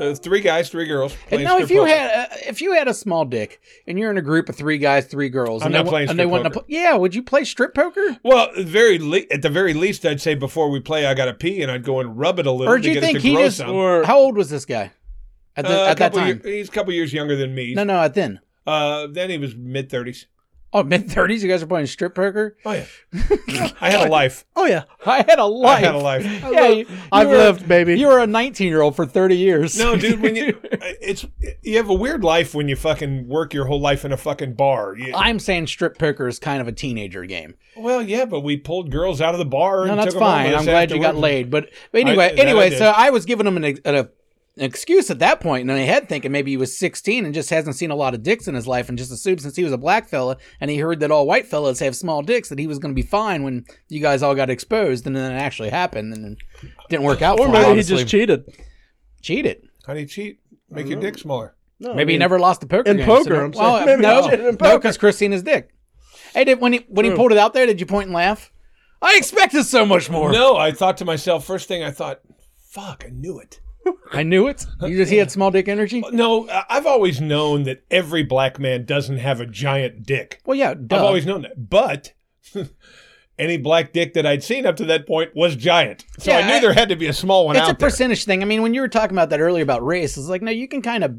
Uh, three guys, three girls. Oh. And playing now, if strip you poker. had a, if you had a small dick and you're in a group of three guys, three girls, I'm and not they, wa- playing and they strip want to, poker. pl- yeah, would you play strip poker? well, at very le- at the very least, I'd say before we play, I gotta pee, and I'd go and rub it a little. Or to do you get it think to he grow just? some. Or- how old was this guy at, the, Uh, a at that couple time? year- he's a couple years younger than me. no, no, at then. Uh, then he was mid thirties. Oh, mid thirties. You guys are playing strip poker. Oh yeah, I had a life. Oh yeah, I had a life. I had a life. Yeah, you, I've you were- lived, baby. You were a 19 year old for 30 years. No, dude, when you it's you have a weird life when you fucking work your whole life in a fucking bar. You- I'm saying strip poker is kind of a teenager game. well, yeah, but we pulled girls out of the bar. No, and that's took 'em home fine. with I'm us glad you got afterwards. laid. But, but anyway, that I anyway, did. so I was giving him an, ex- an, a- an excuse at that point in my head, thinking maybe he was 16 and just hasn't seen a lot of dicks in his life, and just assumed since he was a black fella and he heard that all white fellas have small dicks that he was going to be fine when you guys all got exposed, and then it actually happened and it didn't work out. or for maybe him, he honestly. just cheated. cheated. How do you cheat? Make your dick smaller. No, Maybe he I mean, never lost the poker in game. poker, no- I'm saying. Maybe no, he cheated in no, poker. because Christina's dick. Hey, did, when he when he pulled it out there, did you point and laugh? I expected so much more. No, I thought to myself. First thing I thought, fuck, I knew it. I knew it. You just he had small dick energy. No, I- I've always known that every black man doesn't have a giant dick. Well, yeah, duh. I've always known that, but. Any black dick that I'd seen up to that point was giant, so I Yeah, knew I- there had to be a small one it's a out there. percentage thing. I mean, when you were talking about that earlier about race, it's like no, you can kind of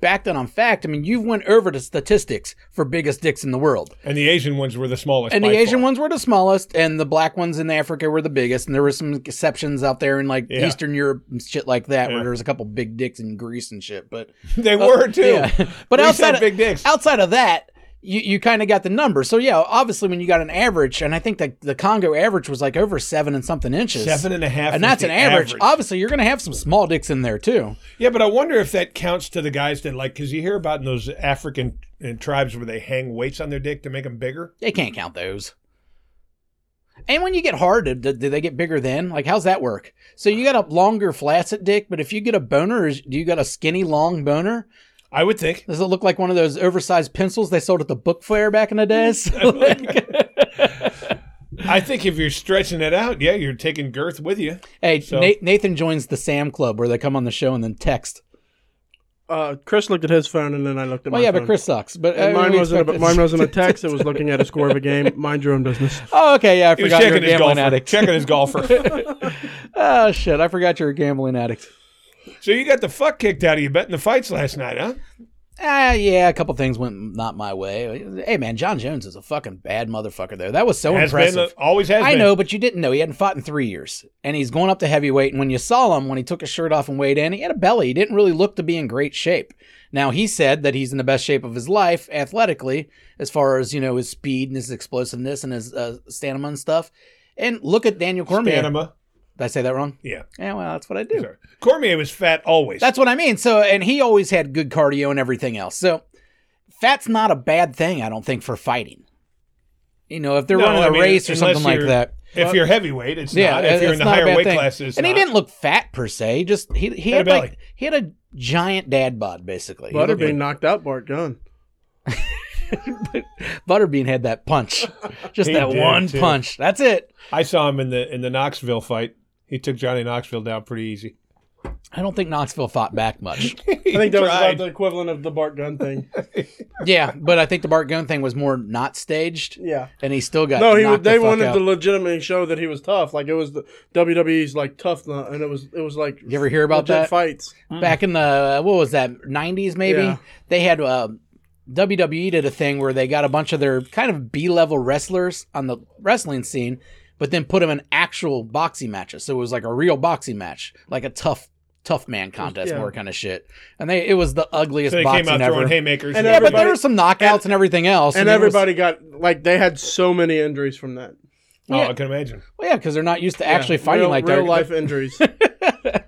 back that on fact. I mean, you've went over to statistics for biggest dicks in the world, And the Asian ones were the smallest. and by the Asian far. ones were the smallest, and the black ones in Africa were the biggest, and there were some exceptions out there in like Yeah. Eastern Europe and shit like that, Yeah. where there was a couple big dicks in Greece and shit. But uh, they were too. Oh, Yeah. But We outside said of, big dicks. outside of that, you, you kind of got the number. So yeah, obviously when you got an average, and I think the the Congo average was like over seven and something inches. Seven and a half, And is that's the an average. Obviously, you're going to have some small dicks in there too. Yeah, but I wonder if that counts to the guys that like because you hear about in those African uh, tribes where they hang weights on their dick to make them bigger. They can't count those. And when you get hard, do, do they get bigger then? Like, how's that work? So you got a longer, flaccid dick, but if you get a boner, is, do you got a skinny, long boner? I would think. Does it look like one of those oversized pencils they sold at the book fair back in the days? I think if you're stretching it out, yeah, you're taking girth with you. Hey, So- Na- Nathan joins the Sam Club where they come on the show and then text. Uh, Chris looked at his phone, and then I looked at. Well, my yeah, phone. but Chris sucks. But And uh, mine we wasn't. A, expected- mine wasn't a text. It was looking at a score of a game. Mind your own business. Oh, okay. Yeah, I He was forgot you're a checking his gambling golfer. addict. Checking his golfer. Oh shit, I forgot you're a gambling addict. so you got the fuck kicked out of you betting the fights last night, huh? Ah, yeah, a couple things went not my way. Hey, man, John Jones is a fucking bad motherfucker. There, that was so Has been, impressive. uh, always has I been. know, but you didn't know he hadn't fought in three years, and he's going up to heavyweight. And when you saw him, when he took his shirt off and weighed in, he had a belly. He didn't really look to be in great shape. Now he said that he's in the best shape of his life athletically, as far as you know, his speed and his explosiveness and his uh, stamina and stuff. And look at Daniel Cormier. Panama. Did I say that wrong? Yeah. Yeah, well, that's what I do. Sorry. Cormier was fat always. That's what I mean. So, and he always had good cardio and everything else. So, fat's not a bad thing, I don't think, for fighting. You know, if they're No, running I a mean, race or unless something like you're- that. if you're heavyweight, it's Yeah, not. If you're it's in the not a higher bad weight thing. classes, it's and he not. didn't look fat per se. Just he he Had a had, belly. like he had a giant dad bod basically. He Butter looked being knocked out, Bart Gunn. like- Butterbean had that punch, just He that did, one too. punch. That's it. I saw him in the in the Knoxville fight. He took Johnny Knoxville down pretty easy. I don't think Knoxville fought back much. I think that was tried. about the equivalent of the Bart Gunn thing. yeah, but I think the Bart Gunn thing was more not staged, yeah. and he still got No, he. knocked They the fuck wanted out. to legitimately show that he was tough. Like it was the WWE's like tough, uh, and it was it was like. You ever hear about legit that? Fights. Mm-hmm. back in the what was that 90s maybe Yeah. they had uh, WWE did a thing where they got a bunch of their kind of B-level wrestlers on the wrestling scene but then put them in actual boxing matches so it was like a real boxing match like a tough tough man contest yeah. more kind of shit and they it was the ugliest So they boxing came out ever throwing haymakers. And yeah but everybody- there were some knockouts and, everything else And it was- everybody got like they had so many injuries from that. oh, yeah. I can imagine. well, yeah because they're not used to actually Yeah, fighting real, like real that life injuries. uh,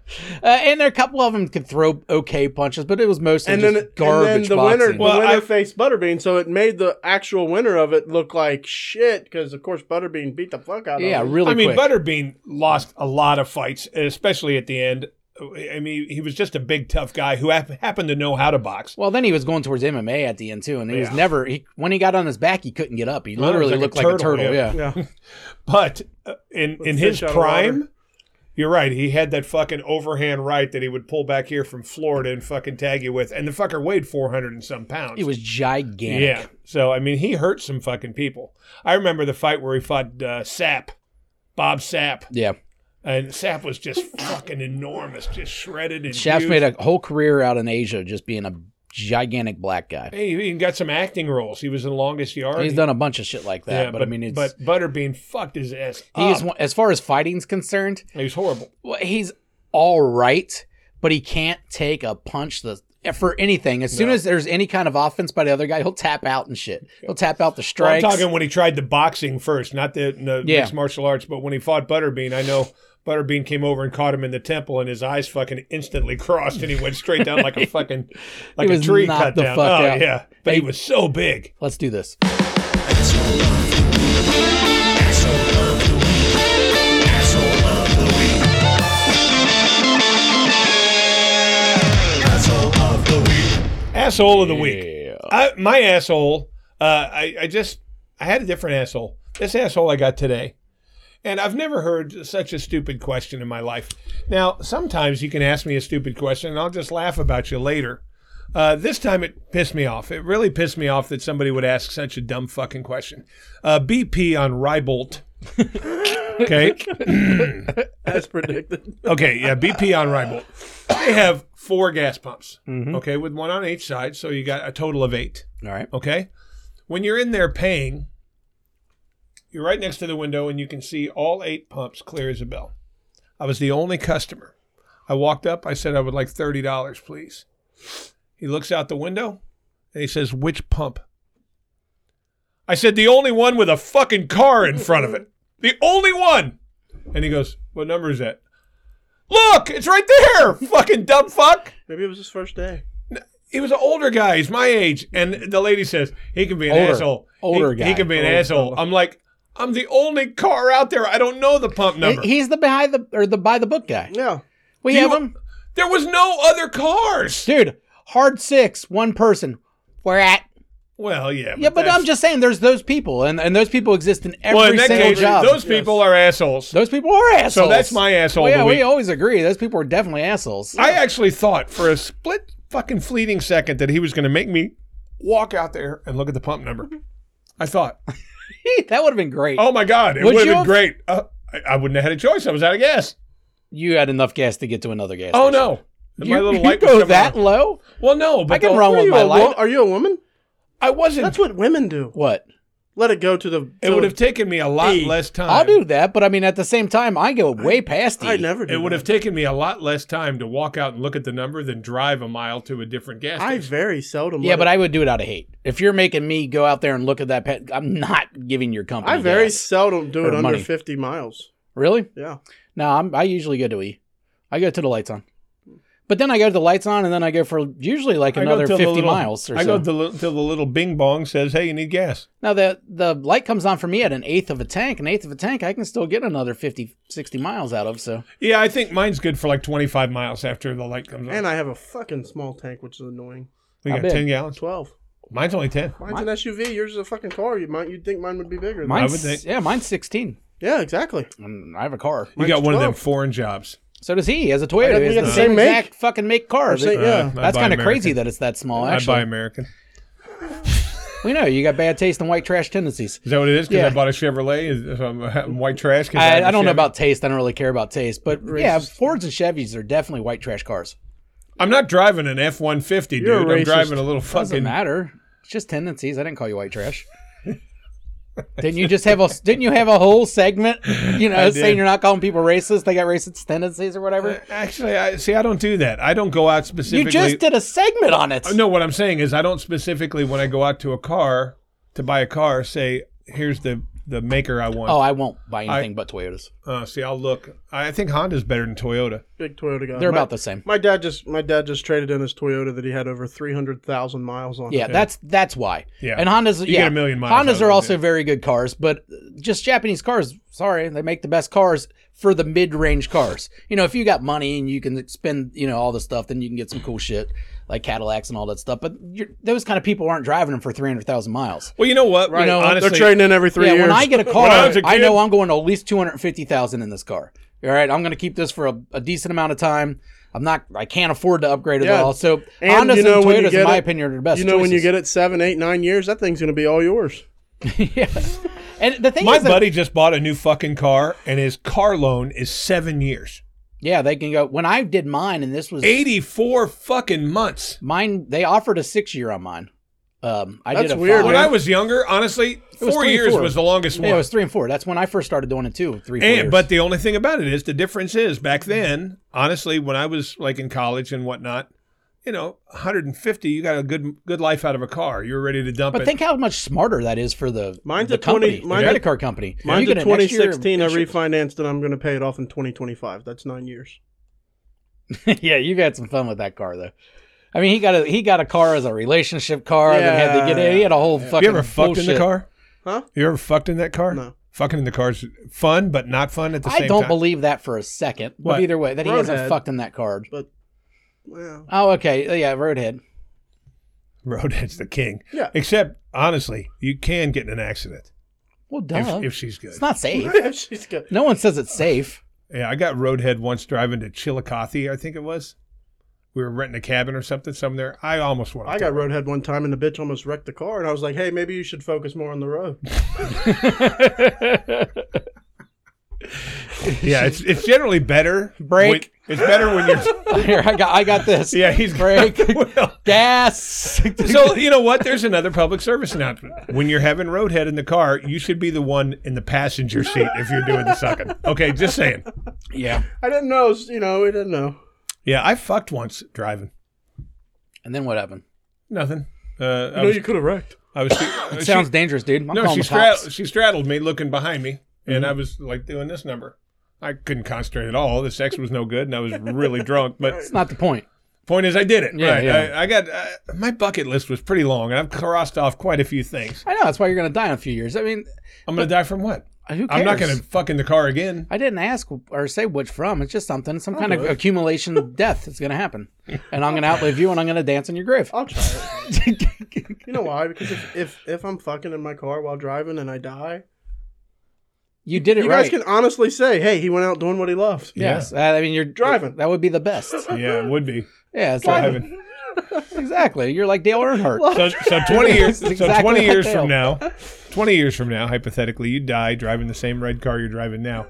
and there a couple of them could throw okay punches but it was mostly and just then, and garbage then the boxing. winner, the Well, winner I- faced Butterbean, so it made the actual winner of it look like shit because, of course, Butterbean beat the fuck out yeah of him. really I mean, quick. Butterbean lost a lot of fights, especially at the end. I mean, he was just a big, tough guy who hap- happened to know how to box. Well, then he was going towards MMA at the end too, and he was Yeah. never. He, when he got on his back, he couldn't get up. He No, it was literally like a looked like a turtle, turtle. yeah. Yeah. Yeah, But uh, in in his fish out of water. prime, You're right. He had that fucking overhand right that he would pull back here from Florida and fucking tag you with. And the fucker weighed 400 and some pounds. He was gigantic. Yeah. So, I mean, he hurt some fucking people. I remember the fight where he fought uh, Sap, Bob Sap. Yeah. And Sap was just fucking enormous, just shredded and Shaft huge. made a whole career out in Asia just being a gigantic black guy. Hey, he even got some acting roles. He was in Longest Yard. He's done a bunch of shit like that, Yeah, but, I mean, it's, but uh, Butterbean fucked his ass. he's up. one- as far as fighting's concerned, He was horrible. well, he's all right, but he can't take a punch the for anything. As soon as there's any kind of offense by the other guy, he'll tap out and shit. He'll tap out the Well, I'm strikes. talking when he tried the boxing first, not the, the Yeah. mixed martial arts, but when he fought Butterbean, I know Butterbean came over and caught him in the temple, and his eyes fucking instantly crossed, and he went straight down like a fucking like was a tree knocked cut the down. fuck oh out. yeah, but he Hey. was so big. Let's do this. Asshole of the week. I, my asshole. Uh, I I just I had a different asshole. This asshole I got today. And I've never heard such a stupid question in my life. Now, sometimes you can ask me a stupid question and I'll just laugh about you later. Uh, this time it pissed me off. It really pissed me off that somebody would ask such a dumb fucking question. Uh, BP on Rybolt. okay. as predicted. Okay. Yeah. BP on Rybolt. They have four gas pumps. Okay. With one on each side. So you got a total of eight. All right. Okay. When you're in there paying, you're right next to the window and you can see all eight pumps clear as a bell. I was the only customer. I walked up, I said I would like $30, please. He looks out the window and he says, Which pump? I said, The only one with a fucking car in front of it. The only one. And he goes, What number is that? Look, it's right there. fucking dumb fuck. Maybe it was his first day. He was an older guy. He's my age. And the lady says, he can be an Older. asshole. Older he, guy. Oh, He can be an Older asshole. I'm like, I'm the only car out there. I don't know the pump number. He- He's the behind the or the by the book guy. Yeah. We Do you- have him, there was no other cars. dude. Hard six, one person. We're at. Well, yeah. Yeah, but that's- I'm just saying, there's those people, and, and those people exist in every Well, in that single case, job. those Those, people are assholes. people are assholes. that's my asshole Well, of yeah, the we week. always agree. Those people are definitely assholes. I actually thought for a split fucking fleeting second that he was going to make me walk out there and look at the pump number. I thought, that would have been great. oh my God, it Would would have you been have- great. Uh, I, I wouldn't have had a choice. I was out of gas. You had enough gas to get to another gas. Oh station. no. You, you was go coming that on. low? Well, no, but I can the- run Are with you, my a, wo- life. are you a woman? I wasn't. That's what women do. What? Let it go to the. It to- would have taken me a lot Hey, less time. I'll do that, but I mean, at the same time, I go way past. I E. never do. It would that. have taken me a lot less time to walk out and look at the number than drive a mile to a different gas I station. very seldom. Yeah, let but it- I would do it out of hate. If you're making me go out there and look at that pet, I'm not giving your company. I very gas. seldom do Or it under money. 50 miles. really. Yeah. No, I'm, I usually go to E. I go to the lights on, but then I go to the lights on, and then I go for usually like I go another till the fifty little- miles or I so. go till the, till the little bing bong says, "Hey, you need gas." now the the light comes on for me at an eighth of a tank. An eighth of a tank, I can still get another 50, 60 miles out of. So Yeah, I think mine's good for like 25 miles after the light comes on. And I have a fucking small tank, which is annoying. we How got big? 10 gallons. 12. Mine's only 10. Mine's an SUV. Yours is a fucking car. You might, you'd think mine would be bigger. than- mine's would think- yeah, mine's sixteen. yeah, exactly. And I have a car. You got Mine's one of them 12. foreign jobs. So does he. He has a Toyota. got- He we has got the the same same make. exact fucking make car. Same- That- Yeah. Uh, I That's buy kind of American. crazy that it's that small. I buy Actually, American. we know you got bad taste and white trash tendencies. Is that what it is? Because Yeah. I bought a Chevrolet. Is- I'm, I'm white trash. 'cause I, have a I don't know Chevy. about taste. I don't really care about taste, but yeah, Fords and Chevys are definitely white trash cars. I'm not driving an F-150, dude. You're a I'm racist. driving a little Doesn't fucking. matter. It's just tendencies. I didn't call you white trash. didn't you just have a Didn't you have a whole segment? You know, saying did. Uh, you're not calling people racist. They got racist tendencies or whatever. Actually, I see. I don't do that. I don't go out specifically. You just did a segment on it. Uh, No, what I'm saying is I don't specifically when I go out to a car to buy a car say here's the the maker I want. Oh, I won't buy anything but Toyotas. Uh, see, I'll look. I I think Honda's better than Toyota. Big Toyota guy. They're My- about the same. My dad just my dad just traded in his Toyota that he had over three hundred thousand miles on. Yeah, it. that's that's why. Yeah. and Hondas. You yeah, get a million miles out Hondas of are them, also yeah. very good cars, but just Japanese cars. Sorry, they make the best cars for the mid-range cars. You know, if you got money and you can spend, you know, all the stuff, then you can get some cool shit like Cadillacs and all that stuff. But you're, those kind of people aren't driving them for three hundred thousand miles. Well, you know what? know, they're honestly, trading in every three yeah, years. when I get a car, I I, was a know kid- I'm going to at least two hundred fifty thousand in this car. All right, I'm going to keep this for a, a decent amount of time. I'm not. I can't afford to upgrade it Yeah. all. So And Hondas you know and when you Toyotas, in get my it- opinion, are the best. you know, when you get it seven, eight, nine years, that thing's going to be all yours. it, yes. And the thing My is, that- buddy just bought a new fucking car, and his car loan is seven years, yeah, they can go. When I did mine, and this was eighty-four fucking months. mine, they offered a six year on mine. Um, I That's did a weird, five. When man. I was younger, honestly, was four three, years four. was the longest Yeah, one. it was three and four. That's when I first started doing it too. Three, four And years. but the only thing about it is the difference is back then, honestly, when I was like in college and whatnot, you know, 150, you got a good good life out of a car. You were ready to dump But it. think how much smarter that is for the Mine's the a 20 company, the mine's a- credit card company. Mine's You in get a next year 2016. I insurance- refinanced and I'm going to pay it off in 2025. That's nine years. yeah, you had some fun with that car though. I mean, he got a he got a car as a relationship car that had to get. Yeah. He had a whole fucking. you ever fucked in the bullshit. car? Huh? You ever fucked in that car? No. Fucking in the car's fun, but not fun at the I same don't time. believe that for a second. What? But either way, that he hasn't Roadhead. fucked in that card. But, well, Oh, okay. Yeah, roadhead. Roadhead's the king. Yeah. Except honestly, you can get in an accident Well, duh. if, if she's good. it's not safe. she's good. No one says it's safe. Yeah, I got roadhead once driving to Chillicothe, I think it was. We were renting a cabin or something somewhere. I almost went. off I the got roadhead one time and the bitch almost wrecked the car. And I was like, hey, maybe you should focus more on the road. Yeah, it's it's generally better. Brake. when- it's better when you're. Here, I got I got this. Yeah, he's brake Well, gas. so you know what? There's another public service announcement. When you're having roadhead in the car, you should be the one in the passenger seat if you're doing the sucking. Okay, just saying. yeah. I didn't know. You know, I didn't know. Yeah, I fucked once driving. And then what happened? Nothing. Uh, I No, was. you could have wrecked. I was uh, It she- sounds dangerous, dude. I'm no, calling she the cops. straddled, she straddled me, looking behind me, and I was like doing this number. I couldn't concentrate at all. The sex was no good, and I was really drunk. But It's not the point. Point is, I did it. Yeah, right. yeah. I, I got uh, my bucket list was pretty long, and I've crossed off quite a few things. I know that's why you're gonna die in a few years. I mean, I'm gonna die from what? who cares? I'm not gonna fuck in the car again. I didn't ask or say which from. It's just something, some kind of accumulation of death that's gonna happen, and I'm gonna outlive you, and I'm gonna dance in your Oh, grave. I'll try it. You know why? Because if, if, if I'm fucking in my car while driving and I die, you did it you right. guys can honestly say, hey, he went out doing what he loved. yes, I mean you're Driving. That would be the best. Yeah, it would be. Yeah, it's like, Driving. exactly. You're like Dale Earnhardt. So, so 20 years. That's so exactly 20 what years they from are. now, 20 years from now, hypothetically, you die driving the same red car you're driving now,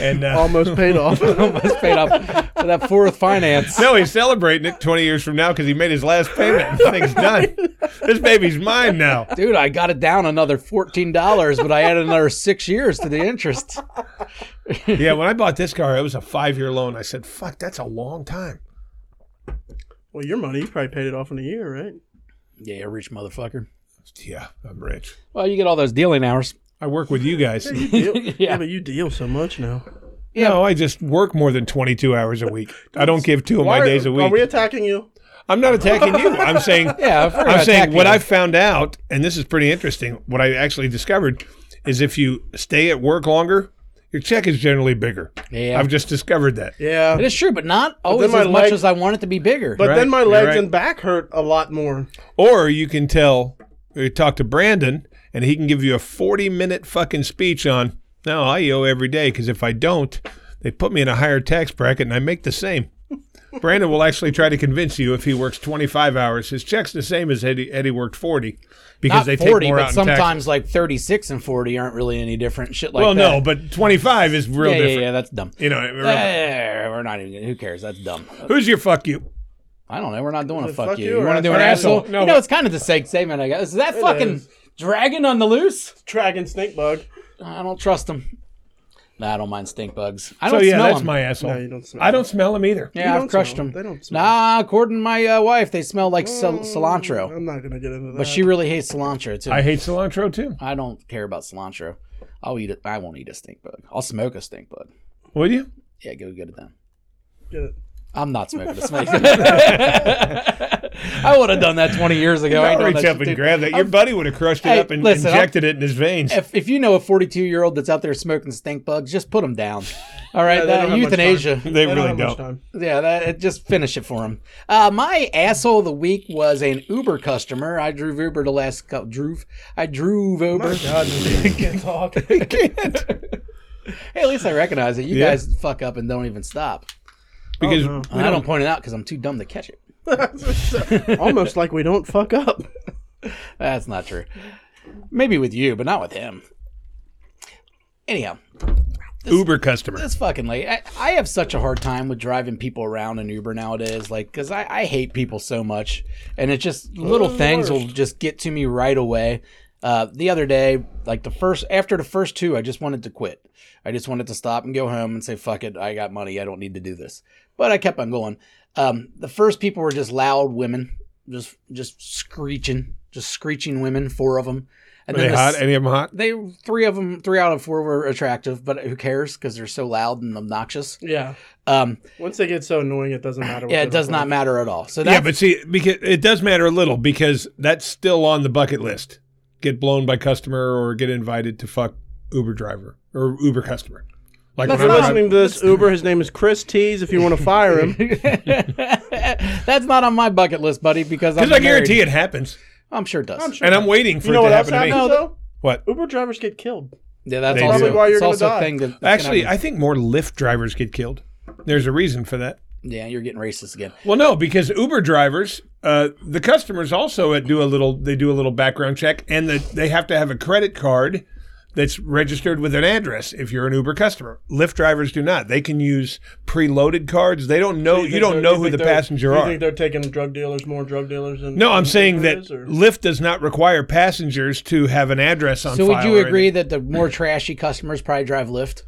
and uh, Almost paid off. Almost paid off for that fourth finance. no, he's celebrating it 20 years from now because he made his last payment. And the thing's done. This baby's mine now. Dude, I got it down another fourteen dollars, but I added another six years to the interest. Yeah, when I bought this car, it was a five year loan. I said, "Fuck, that's a long time." well, your money, you probably paid it off in a year, right? Yeah, rich motherfucker. Yeah, I'm rich. Well, you get all those dealing hours. I work with you guys. You deal- yeah. Yeah. but you deal so much now. No, I just work more than 22 hours a week. I don't give two of my Why- days a Are we week. attacking you? I'm not attacking you. I'm saying Yeah, if we're gonna I'm saying attack what people- I found out and this is pretty interesting. What I actually discovered is if you stay at work longer, your check is generally bigger. Yeah. I've just discovered that. Yeah. It is true, but not always my as much leg- as I want it to be bigger. But Right, then my you're legs right. and back hurt a lot more. Or you can tell you talk to Brandon and he can give you a 40-minute fucking speech on, "No, I owe every day because if I don't, they put me in a higher tax bracket and I make the same." Brandon will actually try to convince you if he works 25 hours, his check's the same as Eddie, Eddie worked 40 because not they take 40, more but out in taxes. sometimes like 36 and 40 aren't really any different. Shit like well, that. no, but 25 is real yeah, yeah, different. yeah, that's dumb. You know, remember- Eh, we're not even. Who cares? That's dumb. who's your fuck you? I don't know. We're not doing a fuck, fuck you. you You, or want to do an an asshole? asshole? No, you know, but- it's kind of the same statement. I guess is that fucking is. dragon on the loose. Dragon snake bug. I don't trust him. Nah, I don't mind stink bugs. I So don't yeah, smell that's them. my asshole. No, you don't smell Oh. I don't smell them either. yeah, I've don't crushed smell them. 'em. They don't smell. Nah, according to my uh, wife, they smell like sil- cilantro. I'm not gonna get into that. But she really hates cilantro too. I hate cilantro too. I don't care about cilantro. I'll eat it. I won't eat a stink bug. I'll smoke a stink bug. Would you? Yeah, go get it then. Get it. I'm not smoking a snake. I would have done that 20 years ago. I ain't I'll doing reach that up shit, and dude. grab that. Your buddy would have crushed it Hey, up and listen, I'm- injected it in his veins. If, if you know a 42 year old that's out there smoking stink bugs, just put them down. All right, they that- don't have much euthanasia. they I don't really have much don't. time. Yeah, that, it- just finish it for him. Uh, my asshole of the week was an Uber customer. I drove Uber the last couple. Drove. I drove Uber. God, I can't talk. can't. Hey, at least I recognize it. You Yeah. guys fuck up and don't even stop. because no. And I don't point it out because I'm too dumb to catch it. Almost like we don't fuck up. That's not true. Maybe with you, but not with him. Anyhow, Uber customer. It's fucking late. I, I have such a hard time with driving people around in Uber nowadays, like, because I, I hate people so much. And it's just little things will just get to me right away. Uh, the other day, like the first, after the first two, I just wanted to quit. I just wanted to stop and go home and say, fuck it, I got money, I don't need to do this. But I kept on going. Um, the first people were just loud women, just just screeching, just screeching women, four of them. And Are they the hot? Any of them hot? they three of them three out of four were attractive but who cares because they're so loud and obnoxious Yeah. um Once they get so annoying, it doesn't matter. what yeah they it does look not like. matter at all so Yeah, that's, but see, because it does matter a little because that's still on the bucket list. Get blown by customer or get invited to fuck Uber driver or Uber customer. Like If when you're I was listening to this, Uber, his name is Chris Tees. If you want to fire him, that's not on my bucket list buddy because I'm because I guarantee married. it happens, i'm sure it does I'm sure. and I'm waiting for you know it what to else happen to me. happens though? What? Uber drivers get killed. yeah that's They also, do. Why you're it's gonna also a die. thing that that's Actually, gonna I think more Lyft drivers get killed. There's a reason for that. happen. yeah you're getting racist again Well, no, because Uber drivers, uh, the customers also uh, do a little. They do a little background check, and the, they have to have a credit card that's registered with an address if you're an Uber customer. Lyft drivers do not. They can use preloaded cards. They don't know. Oh, you don't know who the passenger you are. think they're taking drug dealers, more drug dealers than No, I'm than saying that Ubers, or- Lyft does not require passengers to have an address on so file. would you or agree anything. that the more trashy customers probably drive lyft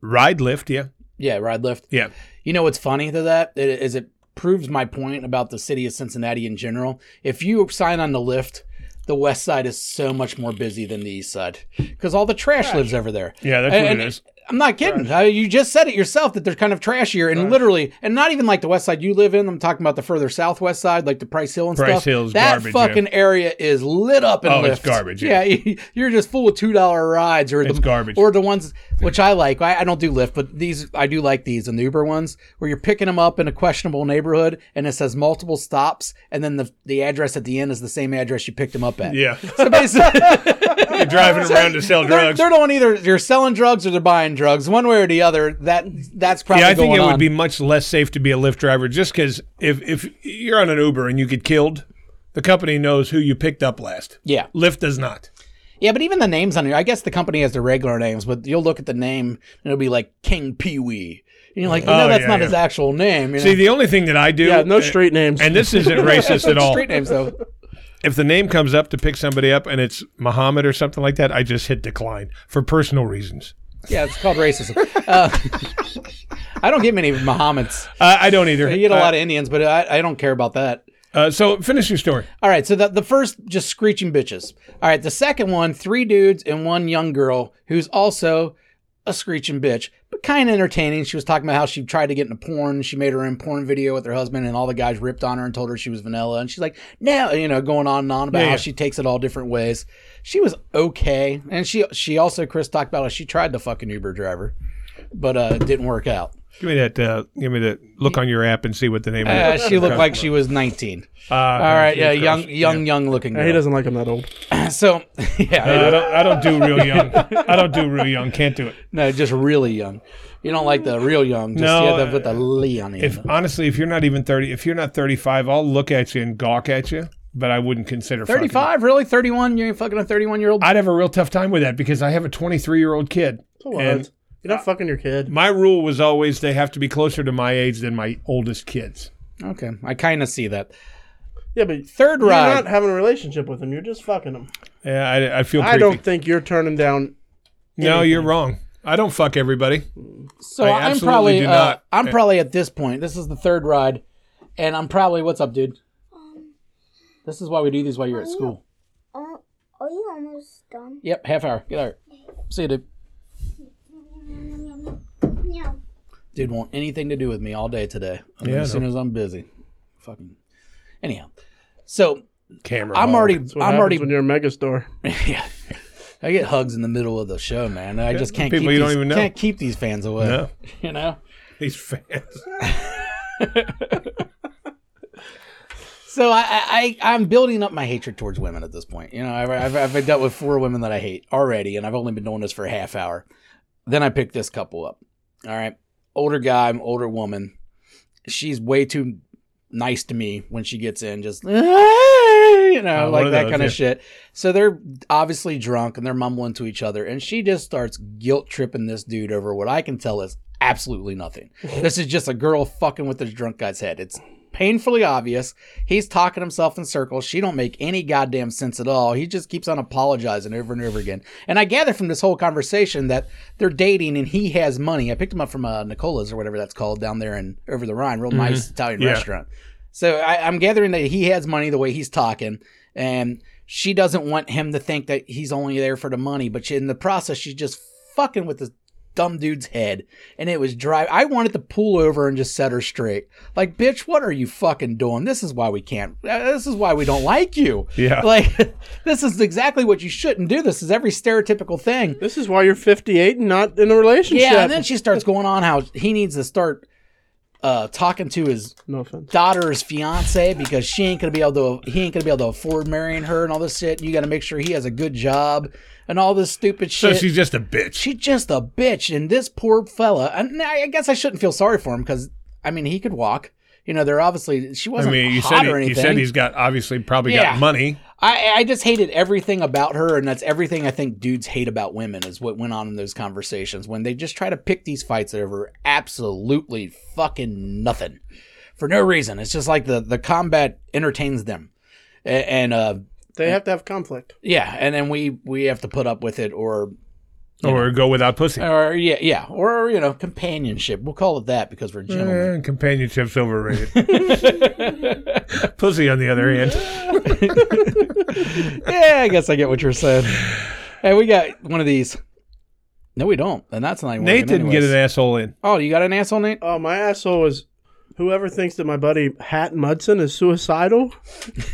Ride Lyft, yeah, yeah ride lyft yeah. You know what's funny to that It- is it proves my point about the city of Cincinnati in general. If you sign on the Lyft, the west side is so much more busy than the east side because all the trash, lives over there. Yeah, that's what it is. I'm not kidding. Uh, You just said it yourself that they're kind of trashier and literally, and not even like the west side you live in. I'm talking about the further southwest side, like the Price Hill and Price stuff. Hill's that garbage, yeah. fucking area is lit up in Oh, Lyft. it's garbage, Yeah, yeah. you're just full of two dollar rides or the It's garbage. or the ones which I like. I, I don't do Lyft, but these I do like these and the Uber ones where you're picking them up in a questionable neighborhood and it says multiple stops, and then the the address at the end is the same address you picked them up at. Yeah, So basically, You're driving around to sell they're, drugs. they're doing either they're selling drugs or they're buying drugs, one way or the other. That that's probably Yeah, I think going it on. would be much less safe to be a Lyft driver just because if, if you're on an Uber and you get killed, the company knows who you picked up last. yeah, Lyft does not. yeah, but even the names on here, I guess the company has their regular names, but you'll look at the name and it'll be like King Pee Wee. And You're like, no, Oh, that's yeah, not yeah. his actual name. You See, know? the only thing that I do. yeah, no street names. And this isn't racist at all. Street names though. If the name comes up to pick somebody up and it's Muhammad or something like that, I just hit decline for personal reasons. Yeah, it's called racism. Uh, I don't get many Mohammeds. I, I don't either. You get a Uh, lot of Indians, but I, I don't care about that. uh, so finish your story. All right, so the, the first just screeching bitches. All right, the second one, three dudes and one young girl who's also a screeching bitch, but kind of entertaining. She was talking about how she tried to get into porn. She made her own porn video with her husband, and all the guys ripped on her and told her she was vanilla. And she's like, no, you know, going on and on about Yeah, how yeah. she takes it all different ways. She was okay, and she she also Chris talked about how she tried to fuck an Uber driver, but uh, it didn't work out. Give me that. Uh, give me the look on your app and see what the name. Uh, is. Uh, she looked like she was 19. All right, yeah, young, young, young looking Yeah, he girl. doesn't like him that old. So, yeah, Uh, I don't. I don't do real young. I don't do real young. Can't do it. No, just really young. You don't like the real young. Just No, yeah, the, with the Leon in If it. honestly, if you're not even thirty, if you're not thirty-five, I'll look at you and gawk at you, but I wouldn't consider fucking- 35, really? 31? You ain't fucking a 31 year old? I'd have a real tough time with that because I have a twenty-three-year-old kid, And, and You're not fucking your kid. my rule was always they have to be closer to my age than my oldest kids. Okay, I kind of see that. Yeah, but Third you're ride. not having a relationship with him. You're just fucking him. Yeah, I, I feel. Creepy. I don't think you're turning down. No, you're wrong. I don't fuck everybody. so I I'm absolutely probably, do uh, not. I'm probably at this point. This is the third ride, and I'm probably what's up, dude? Um, This is why we do these while you're at school. oh, are you almost done? Yep, half hour. Get out. See you, dude. Yeah. Dude won't anything to do with me all day today. I mean, Yeah, I as soon know. as I'm busy, fucking. Anyhow, so Camera. I'm hog. already, That's what I'm happens already when you're a megastar. yeah. I get hugs in the middle of the show, man. I just can't People keep you these, don't even know. can't keep these fans away. No. You know? these fans. So I, I I- I'm building up my hatred towards women at this point. You know, I've, I've I've dealt with four women that I hate already, and I've only been doing this for a half hour. Then I picked this couple up. All right. Older guy, older woman. She's way too nice to me when she gets in, just, "Hey," you Oh, know, one like of that those, kind yeah. of shit. So they're obviously drunk and they're mumbling to each other. And she just starts guilt tripping this dude over what I can tell is absolutely nothing. this is just a girl fucking with this drunk guy's head. It's painfully obvious. He's talking himself in circles. She don't make any goddamn sense at all. He just keeps on apologizing over and over again. And I gather from this whole conversation that they're dating and he has money. I picked him up from uh, Nicola's or whatever that's called down there in over the Rhine, real nice Italian Yeah. restaurant. So I, I'm gathering that he has money the way he's talking, and she doesn't want him to think that he's only there for the money. But she, in the process, she's just fucking with this dumb dude's head, and it was drive. I wanted to pull over and just set her straight. Like, bitch, what are you fucking doing? This is why we can't. uh, This is why we don't like you. Yeah. Like, this is exactly what you shouldn't do. This is every stereotypical thing. This is why you're 58 and not in a relationship. Yeah, and then she starts going on how he needs to start uh, talking to his no offense. daughter's fiance because she ain't gonna be able to he ain't gonna be able to afford marrying her and all this shit. You gotta make sure he has a good job and all this stupid So shit. she's just a bitch. she's just a bitch, and this poor fella. And I I guess I shouldn't feel sorry for him because I mean he could walk. You know, they're obviously she I wasn't mean, you hot said or he, anything. you said he's got obviously probably Yeah. got money. I, I just hated everything about her, and that's everything I think dudes hate about women is what went on in those conversations when they just try to pick these fights over absolutely fucking nothing for no reason. It's just like the the combat entertains them, A- and uh, They have to have conflict. yeah, and then we we have to put up with it or Or go without pussy. or yeah yeah or you know companionship. We'll call it that because we're gentlemen. Eh, companionship's overrated. pussy, on the other hand, yeah, I guess I get what you're saying. Hey, we got one of these. No, we don't, and that's not even Nate working didn't get anyways. an asshole in. Oh, you got an asshole, Nate? Oh, my asshole is whoever thinks that my buddy Hatton Mudson is suicidal,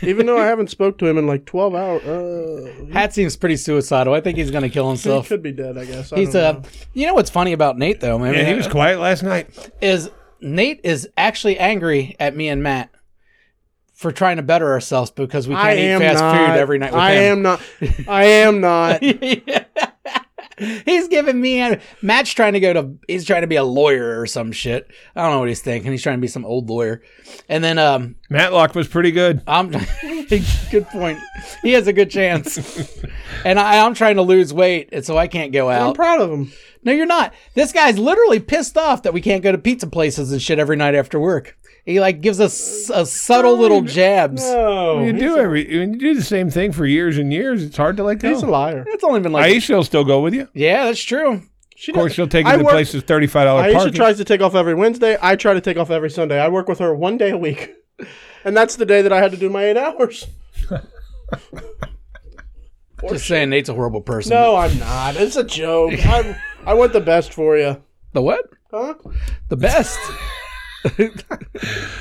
even though I haven't spoke to him in like 12 hours. Uh, Hat seems pretty suicidal. I think he's gonna kill he himself. could be dead, I guess. I He's don't uh, know. you know what's funny about Nate though, man, Yeah, he was quiet last night. is Nate is actually angry at me and Matt for trying to better ourselves because we can't I eat am fast not, food every night. With I him. am not. I am not. he's giving me and Matt's trying to go to. He's trying to be a lawyer or some shit. I don't know what he's thinking. He's trying to be some old lawyer, and then um, Matlock was pretty good. I'm good point. He has a good chance, and I, I'm trying to lose weight, and so I can't go I'm out. proud of him. No, you're not. This guy's literally pissed off that we can't go to pizza places and shit every night after work. He like gives us a subtle little jabs. No. you do every when you do the same thing for years and years, it's hard to let go. He's a liar. It's only been like Aisha will still go with you. Of yeah, that's true. She course, she'll take you I to work- places thirty five dollar Aisha parking. tries to take off every Wednesday. I try to take off every Sunday. I work with her one day a week. And that's the day that I had to do my eight hours. Just saying, Nate's a horrible person. No, I'm not. It's a joke. I'm, I want the best for you. the what? Huh? The best.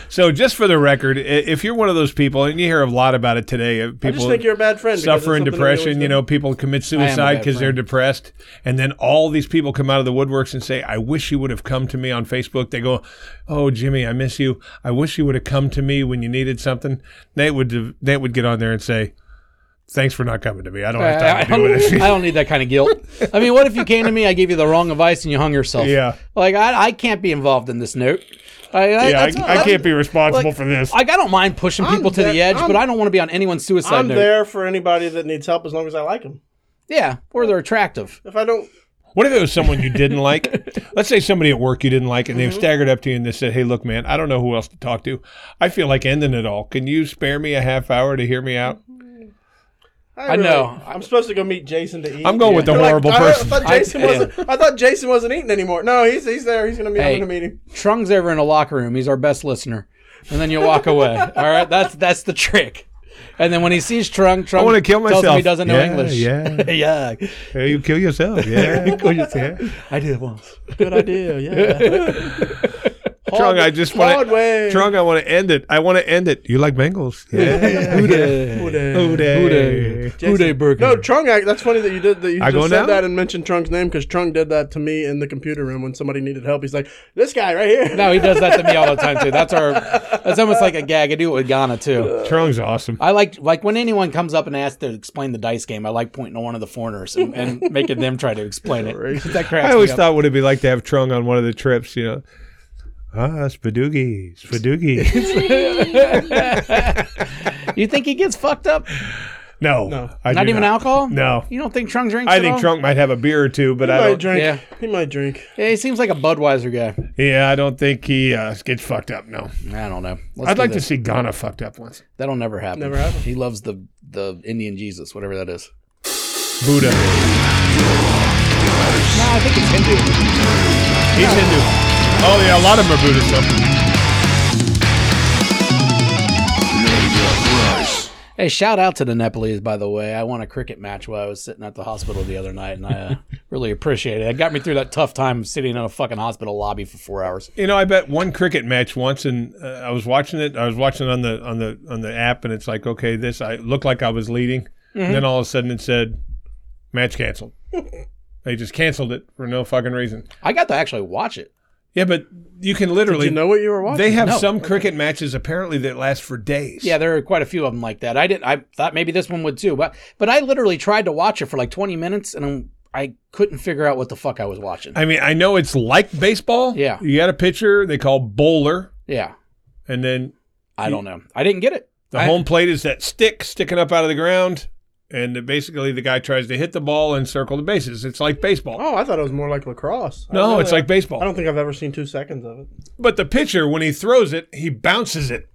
so, just for the record, i- if you're one of those people, and you hear a lot about it today, of people I just think you're a bad friend. because it's suffer in something that we always depression. You do. know, people commit a suicide bad because they're friend. depressed, and then all these people come out of the woodworks and say, "I wish you would have come to me on Facebook." They go, "Oh, Jimmy, I miss you. I wish you would have come to me when you needed something." Nate would Nate would get on there and say, "Thanks for not coming to me. I don't have I, I time to deal with don't, this." Uh, I don't need that kind of guilt. I mean, what if you came to me, I gave you the wrong advice, and you hung yourself? Yeah. Like I, I can't be involved in this note. I, I, yeah, that's- I, I can't be responsible for this. Like I don't mind pushing people to there- the edge, I'm- but I don't want to be on anyone's suicide I'm note. there for anybody that needs help as long as I like them. Yeah, or they're attractive. If I don't, What if it was someone you didn't like? Let's say somebody at work you didn't like, and they've Mm-hmm. staggered up to you and they said, "Hey, look, man, I don't know who else to talk to. I feel like ending it all. Can you spare me a half hour to hear me out?" I, I really- know. I'm supposed to go meet Jason to eat. I'm going with the You're like, horrible I- person. I, thought I- Jason wasn't. I thought Jason wasn't eating anymore. No, he's he's there. He's gonna meet. Hey. I'm gonna meet him. Trung's over in a locker room. He's our best listener, and then you walk away. All right, that's that's the trick. And then when he sees Trung, Trung I want to kill myself. Tells him he doesn't know Yeah, English. Yeah, yeah. Hey, you kill yourself. Yeah, I did it once. Good idea. Yeah. Trung, I just want to. Broadway. Trung, I want to end it. I want to end it. You like Bengals? Yeah. Who Hooday. dey? Hooday Burger. No, Trung. I, that's funny that you did that. You I go just said now? that and mentioned Trunk's name because Trunk did that to me in the computer room when somebody needed help. He's like, "This guy right here." No, he does that to me all the time too. That's our. That's almost like a gag. I do it with Ghana too. Trung's awesome. I like like when anyone comes up and asks to explain the dice game. I like pointing to one of the foreigners and, and making them try to explain it. That cracks I always me up. thought what it'd be like to have Trung on one of the trips, you know. Ah, Spadoogie, Spadoogie. You think he gets fucked up? no, I Not do even alcohol? No. You don't think Trung drinks? I at think all? Trunk might have a beer or two, but He I might don't. drink. Yeah. He might drink. Yeah, he seems like a Budweiser guy. Yeah, I don't think he uh, gets fucked up. No, I don't know. Let's I'd do like this. to see Ghana fucked up once. That'll never happen. Never happen. He loves the the Indian Jesus, whatever that is. Buddha, No, I think it's Hindu. he's Hindu. Oh yeah, a lot of them are Buddhist. Though. Hey, shout out to the Nepalese, by the way. I won a cricket match while I was sitting at the hospital the other night, and I uh, really appreciate it. It got me through that tough time of sitting in a fucking hospital lobby for four hours. You know, I bet one cricket match once, and uh, I was watching it. I was watching it on the on the on the app, and it's like, okay, this I looked like I was leading, and then all of a sudden it said, match canceled. they just canceled it for no fucking reason. I got to actually watch it. Yeah, but you can Did literally you know what you were watching? they have No. some cricket matches apparently that last for days. Yeah, there are quite a few of them like that. I didn't. I thought maybe this one would too, but but I literally tried to watch it for like twenty minutes, and I couldn't figure out what the fuck I was watching. I mean, I know it's like baseball. Yeah. You got a pitcher they call bowler, yeah, and then I don't know. I didn't get it. the I- home plate is that stick sticking up out of the ground, and basically the guy tries to hit the ball and circle the bases. It's like baseball. Oh, I thought it was more like lacrosse. I don't no, know it's that. like baseball. I don't think I've ever seen two seconds of it. But the pitcher, when he throws it, he bounces it.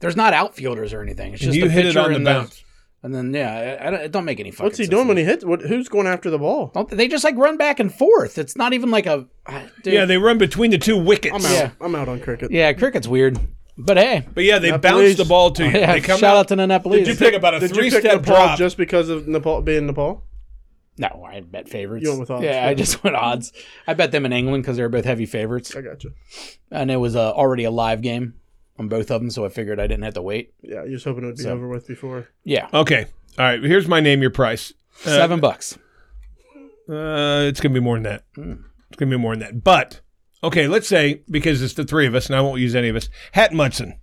There's not outfielders or anything. It's And just you the hit it pitcher on the and bounce. And then yeah, I, I don't, it don't make any fucking. What's he doing sense. when he hits? What, who's going after the ball? Don't they just like run back and forth? It's not even like a. ah, Dude. Yeah, they run between the two wickets. I'm out. Yeah. I'm out on cricket. yeah, cricket's weird. But hey, But yeah, they Not bounce police. the ball to you. yeah, they come shout out, out. to the Did Nepalese. you pick about a Did you pick three-step Nepal drop? just because of Nepal being Nepal? no, I bet favorites. You went with odds, Yeah, I yeah. just went odds. I bet them in England because they were both heavy favorites, I got you. and it was uh, already a live game on both of them, so I figured I didn't have to wait. Yeah, you're just hoping it would be over with before. Yeah, Okay. All right. Here's my name, your price. seven bucks. Uh, it's gonna be more than that. Hmm. It's gonna be more than that. But okay, let's say because it's the three of us, and I won't use any of us. Hat Munson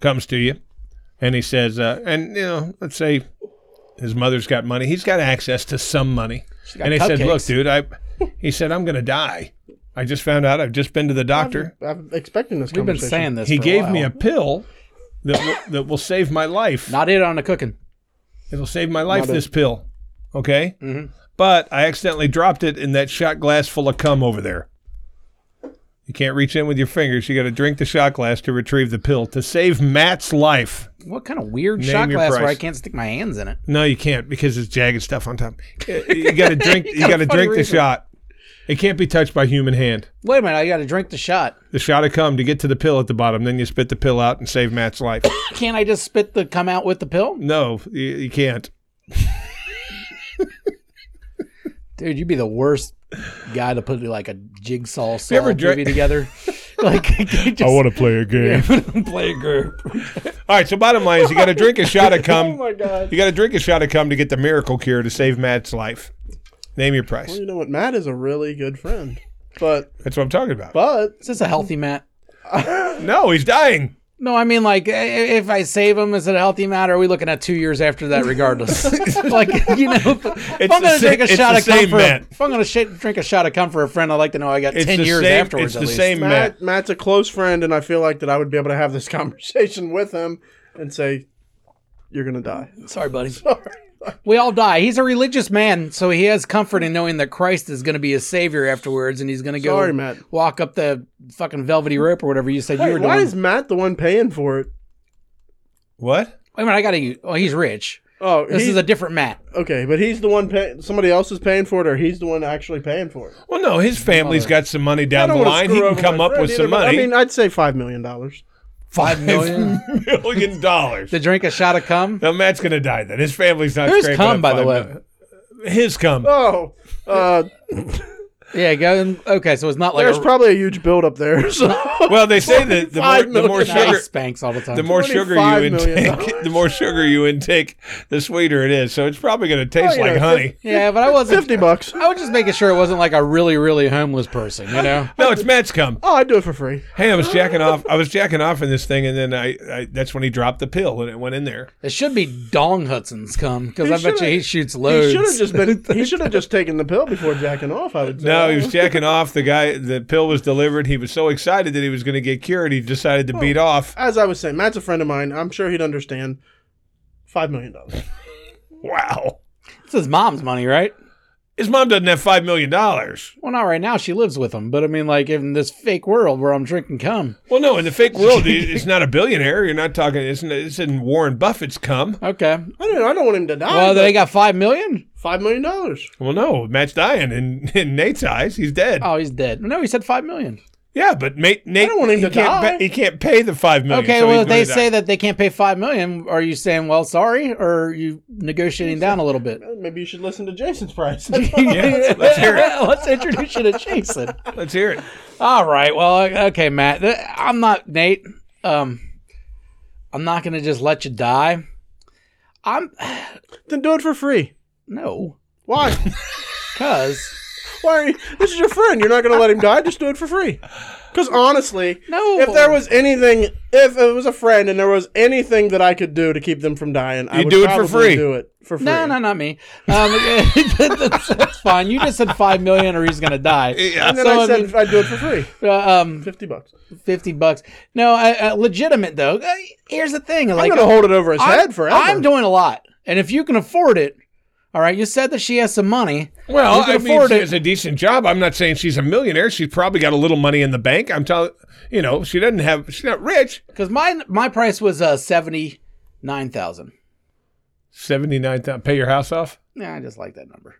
comes to you, and he says, uh, and you know, let's say his mother's got money. He's got access to some money, got and he said, "Look, cupcakes." dude, I," he said, "I'm gonna die. I just found out. I've just been to the doctor. I'm expecting this We've been conversation. saying this. He for gave a while. me a pill." That, will- that will save my life. not it on the cooking. It'll save my life, this pill. Okay? But I accidentally dropped it in that shot glass full of cum over there. You can't reach in with your fingers. You got to drink the shot glass to retrieve the pill to save Matt's life. What kind of weird Name shot your glass where price. I can't stick my hands in it? No, you can't because it's jagged stuff on top. Uh, You got to drink. you got to funny drink reason. the shot. It can't be touched by human hand. Wait a minute, I got to drink the shot. The shot of cum to get to the pill at the bottom. Then you spit the pill out and save Matt's life. Can't I just spit the come out with the pill? no, you, you can't. Dude, you'd be the worst guy to put like a jigsaw saw ever dra- movie together. like just to play a game. to play a group. All right. So bottom line is you got to drink a shot of cum. Oh my god! You got to drink a shot of cum to get the miracle cure to save Matt's life. Name your price. You know what? Matt is a really good friend, but That's what I'm talking about. but Is this a healthy Matt? No, he's dying. No, I mean like i- if I save him, is it a healthy Matt? Or are we looking at two years after that, regardless? like you know, if, if It's I'm the sa- gonna drink a it's shot the of cum same for a, Matt. if I'm gonna sh- drink a shot of cum for a friend, I'd like to know I got It's ten the years same. afterwards. it's at the least. same Matt. Matt Matt's a close friend, and I feel like that I would be able to have this conversation with him and say, "You're gonna die." Sorry, buddy. We all die. He's a religious man, so he has comfort in knowing that Christ is going to be his savior afterwards, and he's going to go Sorry, Matt. walk up the fucking velvety rope or whatever you said you were Wait, why doing. is Matt the one paying for it? What? Wait a minute, I got to. Oh, he's rich. Oh, This he's, is a different Matt. okay, but he's the one paying. Somebody else is paying for it, or he's the one actually paying for it. Well, no, his family's got some money I down the don't wanna line. screw He can over come my up friend with either, some but money. I mean, I'd say five million dollars. Five million. million dollars. to Oh, drink a shot of cum. Now Matt's gonna die. Then his family's not. Who's scraping cum, up by the five way? million. His cum. Oh, uh, Yeah, go and okay. So it's not like There's a, probably a huge buildup there. So Well, they say that the more, 25 the more million nah, he sugar, spanks all the time. the more sugar you 25 million intake, the more sugar you intake, the sweeter it is. So it's probably going to taste Oh, you like know, honey. yeah, but I wasn't. fifty bucks. I was just making sure it wasn't like a really, really homeless person. You know, No, it's Matt's cum. Oh, I'd do it for free. Hey, I was jacking off. I was jacking off in this thing, and then I, I that's when he dropped the pill and it went in there. it should be Dong Hudson's cum because I bet you shoulda- he shoots He loads. should have just been. He should have just taken the pill before jacking off. I would. Say. No, he was jacking off. The guy, the pill was delivered. He was so excited that he was going to get cured. He decided to Oh. beat off. As I was saying, Matt's a friend of mine. I'm sure he'd understand. Five million dollars. Wow. It's his mom's money, right? His mom doesn't have five million dollars. Well, not right now. She lives with him, but I mean, like in this fake world where I'm drinking cum. Well, no, in the fake world, it- it's not a billionaire. You're not talking. It's, n- it's in Warren Buffett's cum. Okay. I don't. I don't want him to Ah, die. Well, but they got five million. five million dollars. Well, no, Matt's dying in, in Nate's eyes. He's dead. Oh, he's dead. No, he said five million. Yeah, but Nate, Nate don't want him he, to can't die. pay, he can't pay the five million. Okay, Oh, so well, he's if gonna they die. say that they can't pay five million, are you saying, well, sorry, or are you negotiating down a little bit? Maybe you should listen to Jason's price. Yeah, let's hear it. Let's introduce you to Jason. Let's hear it. All right. Well, okay, Matt. Th- I'm not Nate. Um, I'm not gonna just let you die. I'm then do it for free. no, Why? cause Why? Are you, this is your friend. You're not going to let him die. Just do it for free. Because honestly, No. If there was anything, if it was a friend and there was anything that I could do to keep them from dying, I You'd would do it for probably free. Do it for free. no, no, not me. Um, that's, that's fine. You just said five million, or he's gonna die. And then So, I I said mean- I'd do it for free. Uh, um, Fifty bucks. fifty bucks. No, I, uh, legitimate though. Uh, here's the thing. Like, I'm going to hold it over his I'm- head forever. I'm doing a lot, and if you can afford it, all right. You said that she has some money. Well, You can I mean, afford she it. has a decent job. I'm not saying she's a millionaire. She's probably got a little money in the bank. I'm telling you know, she doesn't have. She's not rich. Because my my price was uh seventy nine thousand. Seventy nine thousand. Pay your house off. Yeah, I just like that number.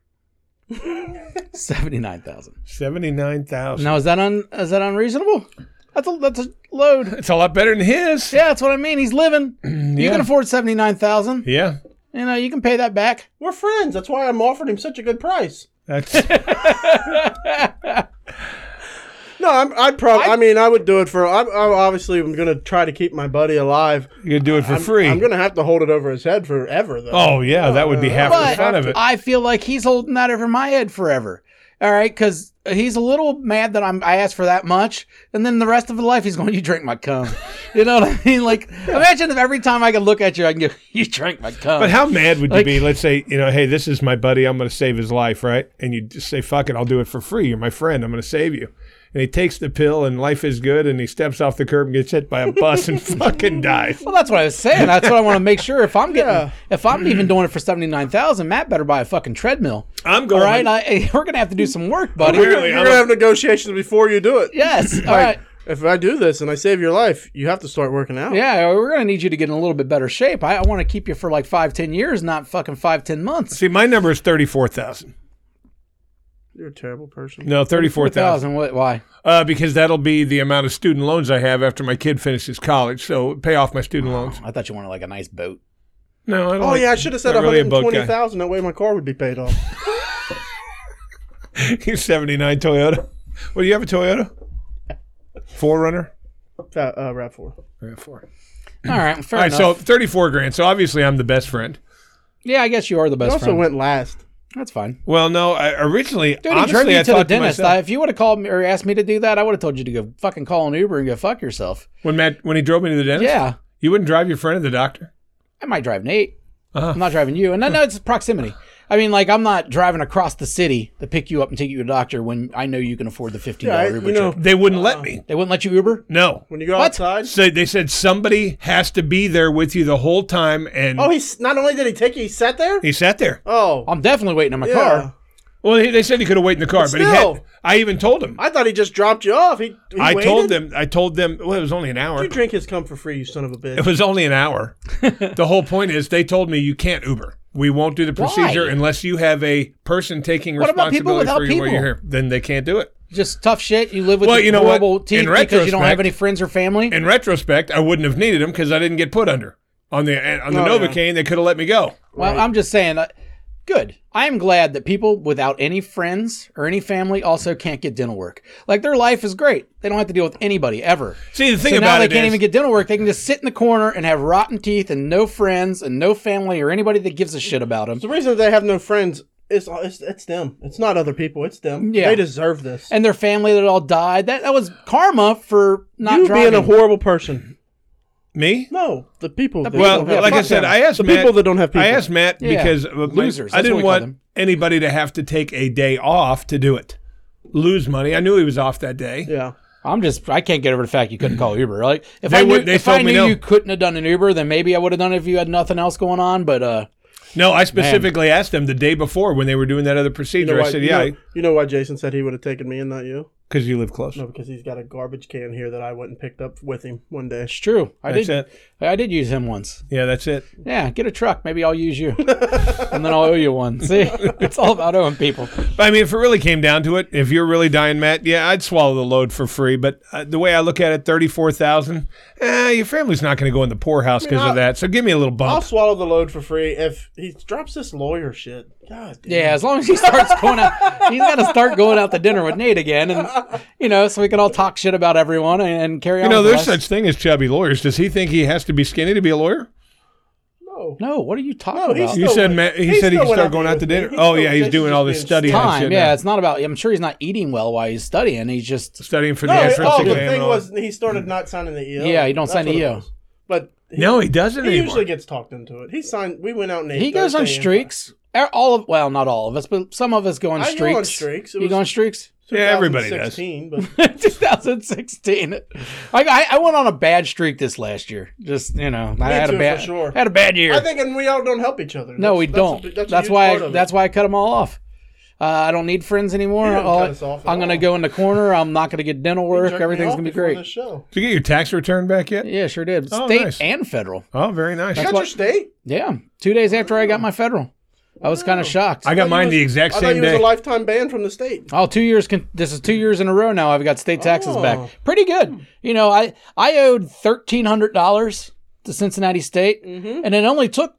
Seventy nine thousand. Seventy nine thousand. Now is that un is that unreasonable? That's a that's a load. It's a lot better than his. Yeah, that's what I mean. He's living. You Yeah. can afford seventy nine thousand. Yeah. You know, you can pay that back. We're friends. That's why I'm offering him such a good price. That's No, I'm, I'd probably. I, mean, I would do it for. I'm, I'm obviously I'm going to try to keep my buddy alive. you could do it for I'm, free. I'm going to have to hold it over his head forever, though. oh yeah, that would be half the But fun of it. I feel like he's holding that over my head forever. All right, because he's a little mad that I'm I asked for that much, and then the rest of his life he's going, "You drink my cum." You know what I mean? Like, imagine if every time I could look at you, I can go, "You drank my cum." But how mad would you Like- be? Let's say, you know, hey, this is my buddy. I'm going to save his life, right? And you just say, fuck it, I'll do it for free. You're my friend. I'm going to save you. And he takes the pill, and life is good. And he steps off the curb and gets hit by a bus and fucking dies. Well, that's what I was saying. That's what I want to make sure. If I'm getting, Yeah. if I'm even doing it for seventy nine thousand, Matt better buy a fucking treadmill. I'm All going. right, I, we're gonna have to do some work, buddy. You're, Apparently, going I'm to a- have negotiations before you do it. Yes. All right. If I do this and I save your life, you have to start working out. Yeah, we're gonna need you to get in a little bit better shape. I, I want to keep you for like five, ten years, not fucking five, ten months. See, my number is 34,000. You're a terrible person. No, 34,000. Thousand. What? Why? Uh, because that'll be the amount of student loans I have after my kid finishes college. So pay off my student loans. I thought you wanted like a nice boat. No, I don't. Oh like- yeah, I should have said not really a boat guy. 120,000 that way my car would be paid off. You're 79 Toyota. Well, you have a Toyota? Forerunner? uh, uh, RAV4. Yeah, four. All right. Fair All right, enough. so 34 grand. So obviously, I'm the best friend. yeah, I guess you are the It best also friend. went last. That's fine. Well, no, I, originally, Dude, he drove honestly, you I to the thought to dentist. myself, I, if you would have called me or asked me to do that, I would have told you to go fucking call an Uber and go fuck yourself. when Matt when he drove me to the dentist. Yeah. you wouldn't drive your friend to the doctor. I might drive Nate. Uh-huh. I'm not driving you. And I know it's proximity. I mean, like, I'm not driving across the city to pick you up and take you to a doctor when I know you can afford the $15 Yeah, I- Uber you know, trip. They wouldn't let me. They wouldn't let you Uber? No, When you go What? outside. so they said somebody has to be there with you the whole time, and Oh, he's not only did he take you, he sat there? he sat there. Oh. I'm definitely waiting in my yeah. car. Well, he, they said he could have waited in the car, but, But he had. still. I even told him. I thought he just dropped you off. He, he I waited? told them. I told them. Well, it was only an hour. You drink his cum for free, you son of a bitch. It was only an hour. the whole point is they told me you can't Uber. We won't do the procedure Why? unless you have a person taking What about people responsibility for without you while you're people? here. Then they can't do it. Just tough shit. You live with Well, your you know what? horrible In teeth because you don't retrospect- have any friends or family. in retrospect, I wouldn't have needed them because I didn't get put under on the on the Oh, yeah. Novocaine. They could have let me go. well, I'm just saying, uh, Good. I am glad that people without any friends or any family also can't get dental work. Like their life is great. They don't have to deal with anybody ever. See, the thing so now about they it can't is- even get dental work. They can just sit in the corner and have rotten teeth and no friends and no family or anybody that gives a shit about them. The reason they have no friends is it's, it's them. It's not other people. It's them. Yeah. They deserve this. And their family that all died. That that was karma for not you driving. being a horrible person. Me? No, the people. that Well, don't have like I friends. said, I asked the Matt, people that don't have people. I asked Matt Yeah. because uh, my- Losers, I that's what didn't we call want them. anybody to have to take a day off to do it, lose money. I knew he was off that day. Yeah, I'm just I can't get over the fact you couldn't call Uber. Like if They I knew, would- they if I told me knew no. you couldn't have done an Uber, then maybe I would have done it if you had nothing else going on. But uh, No, I specifically asked him the day before when they were doing that other procedure. I said, "Yeah, You know, you know why Jason said he would have taken me and not you? because you live close." No, because he's got a garbage can here that I went and picked up with him one day. it's true. I That's did it. I did use him once. Yeah, that's it. Yeah, get a truck. Maybe I'll use you, and then I'll owe you one. See, it's all about owing people. But I mean, if it really came down to it, if you're really dying, Matt, yeah, I'd swallow the load for free. But uh, the way I look at it, thirty-four thousand, eh, your family's not going to go in the poorhouse because of I'll- that. So give me a little I'll bump. swallow the load for free if he drops this lawyer shit. God damn. Yeah, as long as he starts going out, he's got to start going out to dinner with Nate again, and you know, so we can all talk shit about everyone and, and carry You on. know, with the there's rest. such thing as chubby lawyers. Does he think he has to be skinny to be a lawyer? No. No, what are you talking No, he's about? You still said went- ma- he he said he still could went start out going to out to eat with dinner. me. He Oh still- yeah, he's Jason's doing all just this being studying. and Time, shit yeah, now. it's not about. I'm sure he's not eating well while he's studying. He's just studying for the No, it- entrance oh, the exam. thing and all was that. he started not signing the EO. Yeah, he don't sign what the E it EO. was. But he, no, he doesn't he anymore. usually gets talked into it. He signed. We went out and ate he goes on Thursday and- streaks. Er, All of well, not all of us, but some of us go on I streaks. go on streaks. It You was go on streaks? Yeah, everybody does. 2016, But 2016. I, I I went on a bad streak this last year. Just you know, I Me had too, a for bad sure. had a bad year. I think, and we all don't help each other. no, That's- we that's a don't. big- that's a huge why part I, of that's it. why I cut them all off. Uh, I don't need friends anymore. didn't All- cut us off at I'm gonna all. go into corner. I'm not gonna get dental He work. jerked Oh. me Everything's off gonna be before great. This show. Did you get your tax return back yet? Yeah, sure did. Oh, State nice. and federal. Oh, very nice. You got your state. Yeah, two days after I got Oh. my federal, I was kind of shocked. I got mine the exact I thought same you was a day. lifetime ban from the state. Oh, two years. Con- this is two years in a row now. I've got state taxes Oh. back. Pretty good. You know, I I owed thirteen hundred dollars to Cincinnati State, Mm-hmm. and it only took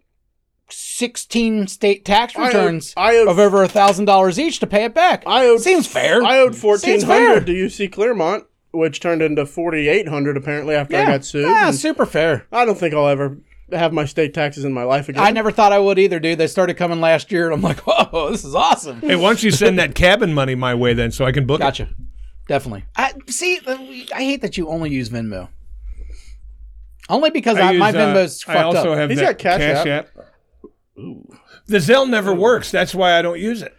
sixteen state tax I owed- returns I owed- of over thousand dollars each to pay it back. I owed Seems fair. I owed fourteen Seems fair. hundred to UC Claremont, which turned into forty eight hundred apparently after I yeah. got sued. Yeah, And super fair. I don't think I'll ever have my state taxes in my life again. I never thought I would either, dude. They started coming last year, and I'm like, whoa, this is awesome. Hey, why don't you send that cabin money my way then, so I can book it? Gotcha. Definitely. I see. uh, I hate that you only use Venmo. Only because I I my use, uh, Venmo's I fucked also up. have He's that got Cash app. The Zelle never works. That's why I don't use it.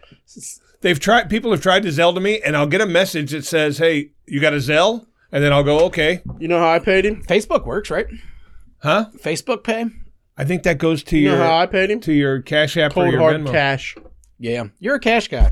They've tried. People have tried to Zelle to me, and I'll get a message that says, "Hey, you got a Zelle?" And then I'll go, "Okay, You know how I paid him? Facebook works, right? huh?" Facebook Pay. I think that goes to You your know how I paid him? to your Cash App or Cold your hard Venmo. cash. Yeah, you're a cash guy.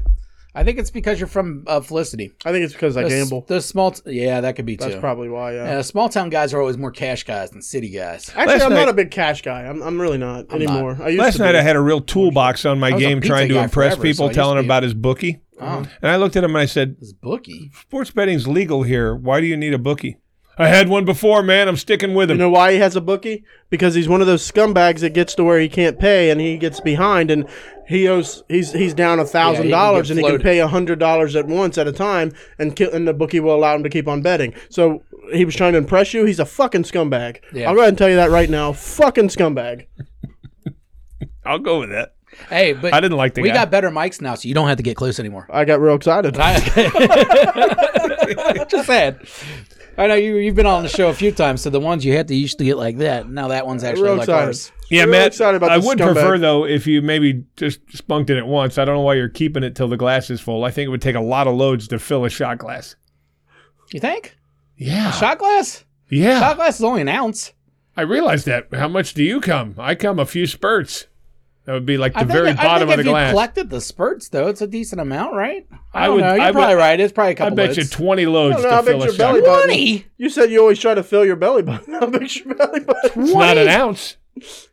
I think it's because you're from uh, Felicity. I think it's because I Those- gamble. Those small, t- yeah, that could be That's too. probably why. Yeah. Uh, small town guys are always more cash guys than city guys. Actually, Last I'm night- not a big cash guy. I'm, I'm really not anymore. I used Last to be. night I had a real toolbox on my was a game pizza trying to guy impress forever, so I people, used telling to him be- about his bookie. And I looked at him and I said, This bookie. "Sports betting's legal here. Why do you need a bookie?" I had one before, man. I'm sticking with him. You know why he has a bookie? Because he's one of those scumbags that gets to where he can't pay and he gets behind and he owes he's he's down a thousand dollars and he can floated. pay a hundred dollars at once at a time and ki- and the bookie will allow him to keep on betting. So he was trying to impress you. He's a fucking scumbag. Yeah. I'll go ahead and tell you that right now. Fucking scumbag. I'll go with that. Hey, but I didn't like the we guy. got better mics now, so you don't have to get close anymore. I got real excited. I- Just sad. I know you. You've been on the show a few times, so the ones you had to you used to get like that. Now that one's actually real like excited. ours. Yeah, Real Matt. excited about I this would scumbag. prefer though if you maybe just spunked it at once. I don't know why you're keeping it till the glass is full. I think it would take a lot of loads to fill a shot glass. You think? Yeah, Shot glass? yeah. Shot glass is only an ounce. I realize that. How much do you come? I come a few spurts. That would be like the I think, very I bottom think of if the you glass. collected the spurts, though, it's a decent amount, right? I, I don't would- know. You're I would- probably right. It's probably a I couple. bet you loads. twenty loads I don't know, to I bet fill a your shot. belly glass. button- Twenty. You said you always try to fill your belly button. How big's your belly button? It's not an 20? ounce.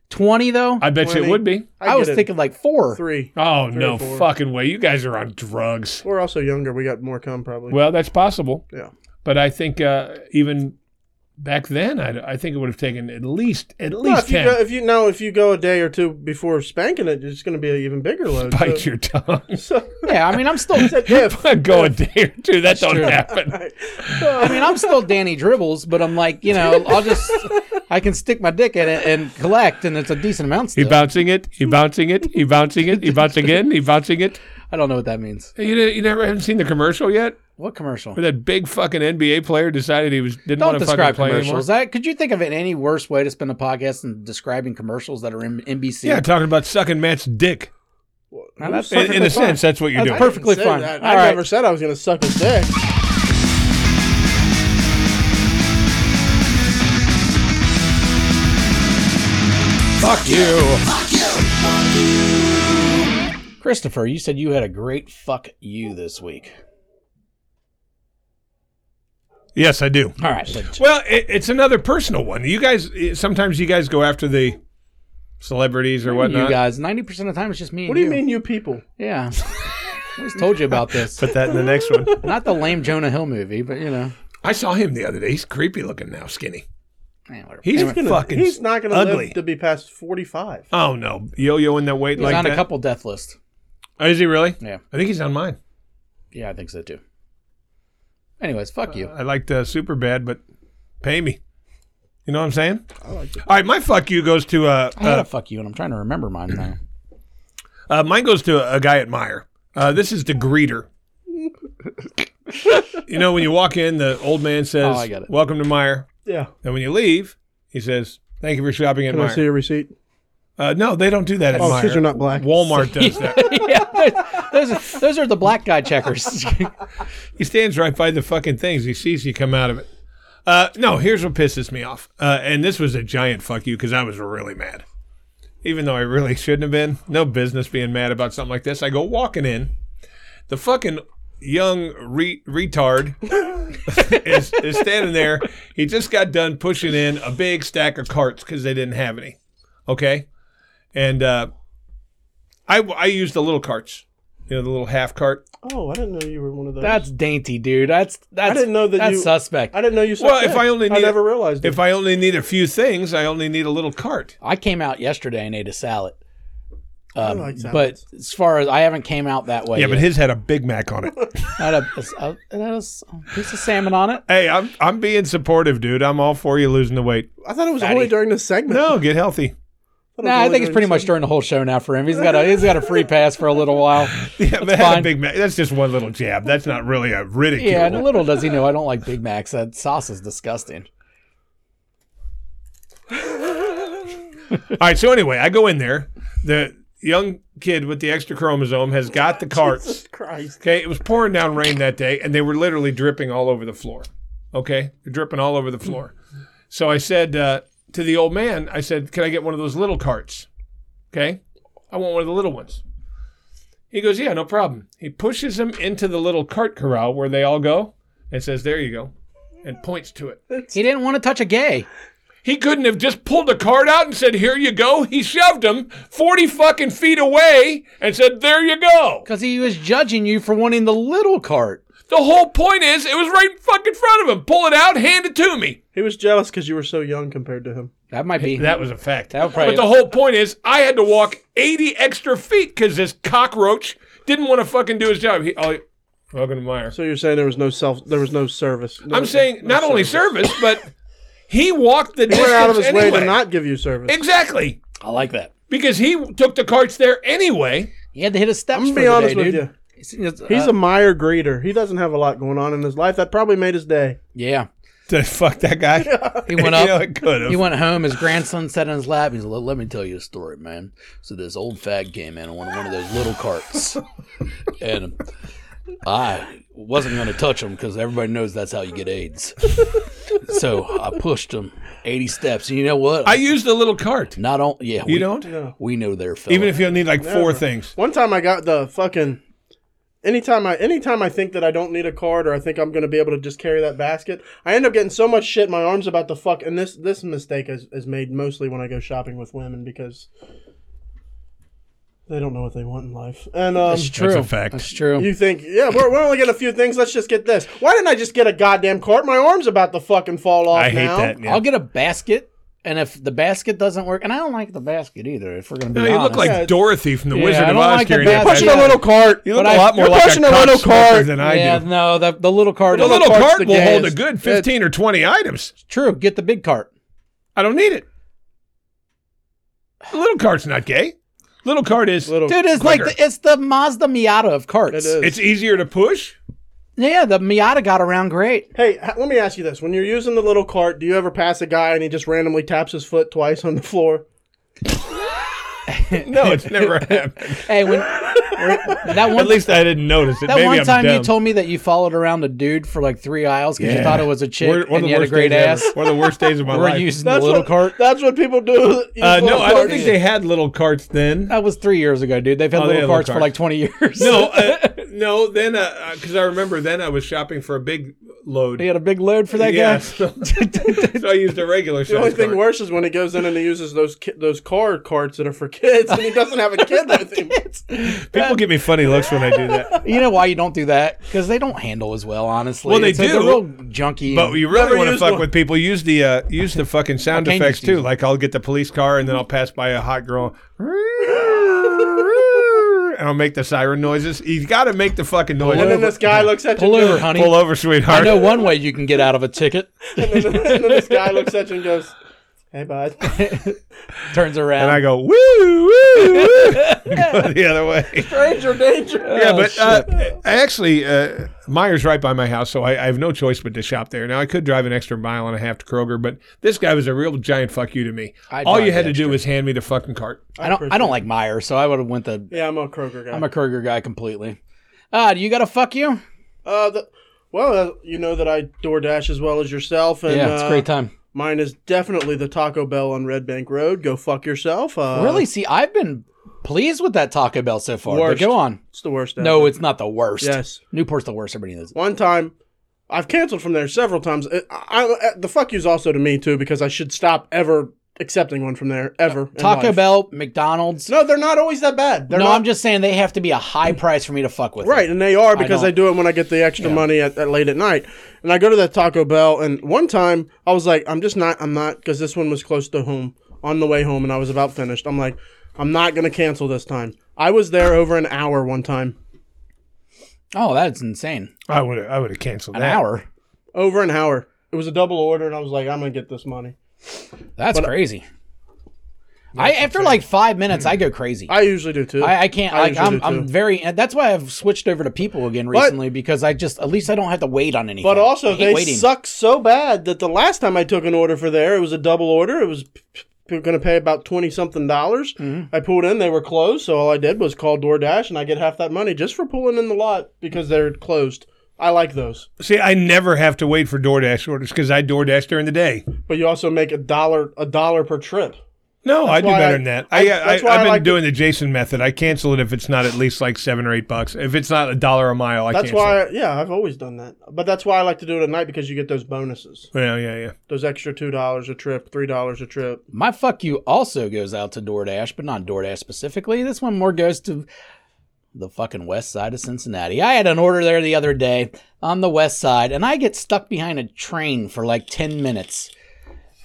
Twenty though. I bet you it 20. would be. I, was get it. thinking like four. three. Oh no four. fucking way! You guys are on drugs. We're also younger. We got more cum probably. Well, that's possible. yeah. But I think uh, even Back then, I, I think it would have taken at least at No, least if you ten. go, if you now if you go a day or two before spanking it, it's going to be an even bigger load. Bite so, your tongue. so, Yeah, I mean, I'm still. I if go a day or two. That don't true. happen. mean, I'm still Danny Dribbles, but I'm like, you know, I'll just, I can stick my dick in it and collect, and it's a decent amount He still. bouncing it. He bouncing it. He bouncing it. He bounced again. He bouncing it. I don't know what that means. You, ne- you never haven't seen the commercial yet, What commercial? where that big fucking NBA player decided he was didn't Don't want to fucking describe play anymore. commercials. I, could you think of any worse way to spend a podcast than describing commercials that are in NBC? Yeah, talking about sucking Matt's dick. Now, that's In, in a sense, that's what you're That's doing. perfect. perfectly Say fine. that. All I right. never said I was going to suck his dick. Fuck you. Christopher, you said you had a great fuck you this week. Yes, I do. All right, but- Well, it, it's another personal one. You guys eh, sometimes you guys go after the celebrities or whatnot. you guys, ninety percent of the time it's just me. What and do you mean, you people? Yeah, I always told you about this. Put that in the next one. Not the lame Jonah Hill movie, but you know, I saw him the other day. He's creepy looking now, skinny. eh, whatever. He's He's, gonna, fucking he's not going to ugly. live to be past forty-five. Oh no, yo-yo in that weight He's like on that. a couple death list. Oh, is he really? Yeah, I think he's on mine. yeah, I think so too. Anyways, fuck you. I liked uh, super bad, but pay me. You know what I'm saying? I like it. All right, my fuck you goes to uh, I had uh, a fuck you, and I'm trying to remember mine now. uh mine goes to a, guy at Meyer. Uh, this is the greeter. you know when you walk in, the old man says, Oh, I get it. "Welcome to Meyer." Yeah. And when you leave, he says, "Thank you for shopping at Can I see Meyer." your receipt? Uh, no, they don't do that at Oh, Meijer. because you're not black. Walmart does that. yeah, those, are- those are the black guy checkers. He stands right by the fucking things. He sees you come out of it. Uh, no, here's what pisses me off. Uh, and this was a giant fuck you because I was really mad. Even though I really shouldn't have been. No business being mad about something like this. I go walking in. The fucking young re- retard is, is standing there. He just got done pushing in a big stack of carts because they didn't have any. Okay. And uh, I, I used the little carts, you know, the little half cart. Oh, I didn't know you were one of those. That's dainty, dude. That's that's. didn't know that that's you- suspect. I didn't know you. Sucked Well, if dick. I only I need- never realized it. If I only need a few things, I only need a little cart. I came out yesterday and ate a salad. Um, I like But salads. as far as I haven't came out that way, Yeah, but yet. his had a Big Mac on it. I had a, a- it has a piece of salmon on it. hey, I'm I'm being supportive, dude. I'm all for you losing the weight. I thought it was only during this segment. No, get healthy. thought it was Nah, I only think it's during pretty this much segment. during the whole show now for him. He's got a he's got a free pass for a little while. Yeah, but That's it had a fine. Big Mac. That's just one little jab. That's not really a ridicule. Yeah, and little does he know I don't like Big Macs. That sauce is disgusting. All right. So anyway, I go in there. The young kid with the extra chromosome has got the carts. Jesus Christ. Okay, it was pouring down rain that day, and they were literally dripping all over the floor. Okay, they're dripping all over the floor. So I said uh, to the old man, I said, "Can I get one of those little carts?" Okay, I want one of the little ones. He goes, "Yeah, no problem." He pushes them into the little cart corral where they all go, and says, "There you go," and points to it. He didn't want to touch a gay. He couldn't have just pulled the cart out and said, "Here you go." He shoved him forty fucking feet away and said, "There you go." Because he was judging you for wanting the little cart. The whole point is it was right fucking front of him. Pull it out, hand it to me. He was jealous because you were so young compared to him. That might be. That was a fact. That would probably- but the whole point is I had to walk 80 extra feet because this cockroach didn't want to fucking do his job. He, oh, welcome to Meyer. So you're saying there was no self, there was no service. No, I'm saying not only service, but he walked the he distance went out of his anyway. way to not give you service. Exactly. I like that. Because he took the carts there anyway. He had to hit his steps. I'm gonna for be the honest day, with dude. you. He's, uh, He's a Meyer greeter. He doesn't have a lot going on in his life. That probably made his day. yeah. Fuck that guy. He went up. it could He went home. His grandson sat in his lap. He's like, "Let me tell you a story, man." So this old fag came in on one of those little carts, and I wasn't going to touch him because everybody knows that's how you get AIDS. so I pushed him eighty steps. And you know what? I used the little cart. not on. Yeah, You we, don't? We know their fella. Even if you need like four things. One time I got the fucking. Anytime I anytime I think that I don't need a card or I think I'm gonna be able to just carry that basket, I end up getting so much shit. My arms about to fuck, and this this mistake is, is made mostly when I go shopping with women because They don't know what they want in life. And um, That's true. a fact. That's true. you think, yeah, we're, we're only getting a few things. Let's just get this. Why didn't I just get a goddamn cart? My arm's about to fucking fall off. I hate now. that. Yeah. I'll get a basket, and if the basket doesn't work, and I don't like the basket either. If we're gonna be No, you honest, look like Yeah, Dorothy from the yeah, Wizard I of don't Oz like the carrying that basket. Pushing basket. a little cart. You look But a I- lot more you're like pushing a, a cop little smoker cart. than I yeah, do. no, the the little cart. The little hogs cart the will hold a gas. good 15 or 20 items. True. Get the big cart. I don't need it. The little cart's not gay. Little cart is Little- Dude, it's quicker. like the, it's the Mazda Miata of carts. It is. it's easier to push. Yeah, the Miata got around great. Hey, h- let me ask you this: When you're using the little cart, do you ever pass a guy and he just randomly taps his foot twice on the floor? No, it's never happened. Hey, when that At one least I didn't notice it. that Maybe one I'm time you dumb. told me that you followed around a dude for like three aisles because you Yeah. thought it was a chick One- one and of you the had a worst great days ass. ever. One of the worst days of my We're life. using the little what, cart. That's what people do. use Uh, no, little I don't carts. think they had little carts then. That was three years ago, dude. They've had Oh, they little had carts little for like twenty years. No, uh, no. Then, because I remember then I was shopping for a big load. he had a big load for that yeah, guy. so, so I used a regular. The only size thing cart. worse is when he goes in and he uses those ki- those car carts that are for kids, and he doesn't have a kid with him. People give me funny looks when I do that. You know why you don't do that? Because they don't handle as well, honestly. Well, they It's like They're do. real junky. But you really Never want to used fuck one. with people? Use the uh, use the fucking sound I can't effects use these. too. Like I'll get the police car and then I'll pass by a hot girl. And I'll make the siren noises. You got to make the fucking noise. And then this guy looks at you. pull and over, goes- honey. Pull over, I sweetheart. know one way you can get out of a ticket. And then, and then this guy looks at you and goes, "Hey, bud." Turns around. And I go woo woo woo. go the other way. Danger, danger. Yeah, Oh, but uh, I actually uh, Meyer's right by my house, so I, I have no choice but to shop there. Now I could drive an extra mile and a half to Kroger, but this guy was a real giant fuck you to me. I'd All drive you had the to do was hand me the fucking cart. I don't. I don't like Meyer, so I would have went the. Yeah, I'm a Kroger guy. I'm a Kroger guy completely. Ah, do you got to fuck you? uh, the, well, uh, you know that I DoorDash as well as yourself, and yeah, it's a uh, great time. Mine is definitely the Taco Bell on Red Bank Road. Go fuck yourself. Uh, really? See, I've been pleased with that Taco Bell so far. But Worst. go on. It's the worst. No, ever. it's not the worst. Yes. Newport's the worst. Everybody knows. it. One time, I've canceled from there several times. I, I, I- the fuck yous also to me too because I should stop ever accepting one from there ever. in Taco life. Bell, McDonald's. No, they're not always that bad. No, They're not, I'm just saying they have to be a high price for me to fuck with. Right, and they are because don't- I do it when I get the extra money at, at late at night. And I go to that Taco Bell, and one time I was like, I'm just not, I'm not, because this one was close to home on the way home, and I was about finished. I'm like, I'm not gonna cancel this time. I was there over an hour one time, Oh, that's insane. I would I would have canceled An that. hour. over an hour. It was a double order, and I was like, I'm gonna get this money. That's uh, crazy. I after like five minutes, I go crazy. I usually do too. I, I can't. I like, usually I'm, do I'm too. very. and That's why I've switched over to people again recently because I just at least I don't have to wait on anything. But I also, hate they waiting. suck so bad that the last time I took an order for there, it was a double order. It was p- p- going to pay about twenty something dollars. Mm-hmm. I pulled in; they were closed, so all I did was call DoorDash, and I get half that money just for pulling in the lot because they're closed. I like those, See, I never have to wait for DoorDash orders because I DoorDash during the day. but you also make a dollar a dollar per trip. No, I do why better I- than that. I- I, I, I, that's have why I been like the- doing the Jason method. I cancel it if it's not at least like seven or eight bucks. If it's not a dollar a mile, I That's cancel. why, It. yeah, I've always done that. But that's why I like to do it at night because you get those bonuses, Well, yeah, yeah. those extra two dollars a trip, three dollars a trip. my fuck you also goes out to DoorDash, but not DoorDash specifically. This one more goes to the fucking west side of Cincinnati. I had an order there the other day on the west side, and I get stuck behind a train for like ten minutes.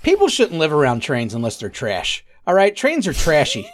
People shouldn't live around trains unless they're trash. All right, trains are trashy.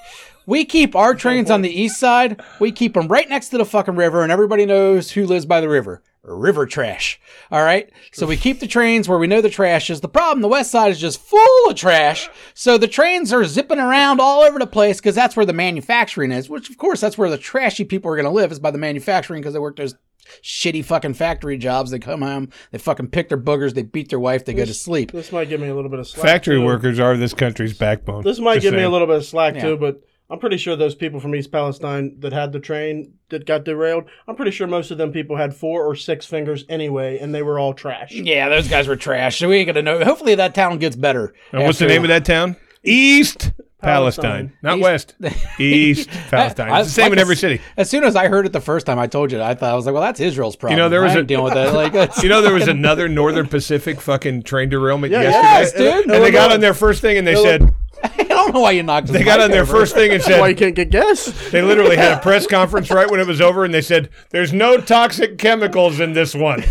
We keep our trains on the east side. We keep them right next to the fucking river, and everybody knows who lives by the river. River trash. All right. So we keep the trains where we know the trash is. The problem, the west side is just full of trash. So the trains are zipping around all over the place because that's where the manufacturing is, which of course that's where the trashy people are going to live is by the manufacturing because they work those shitty fucking factory jobs. They come home, they fucking pick their boogers, they beat their wife, they go to sleep. This might give me a little bit of slack Factory too. workers are this country's backbone. This might Just give me a saying. little bit of slack Yeah. too, but I'm pretty sure those people from East Palestine that had the train that got derailed, I'm pretty sure most of them people had four or six fingers anyway, and they were all trash. Yeah, those guys were trash. So we ain't gonna know. Hopefully that town gets better. And what's the after- name of that town? East Palestine, Palestine. not East- West. East Palestine. I- It's the same like in every as- city. As soon as I heard it the first time, I told you. I thought I was like, "Well, that's Israel's problem." know, there was I a- ain't dealing with that. Like, that's- You know, there was another Northern Pacific fucking train derailment Yeah, yesterday. Yes, dude. And they got on their first thing and they said, I don't don't know why you knocked. They got on their first thing and Why you said can't get gas? they literally had a press conference right when it was over, and they said there's no toxic chemicals in this one.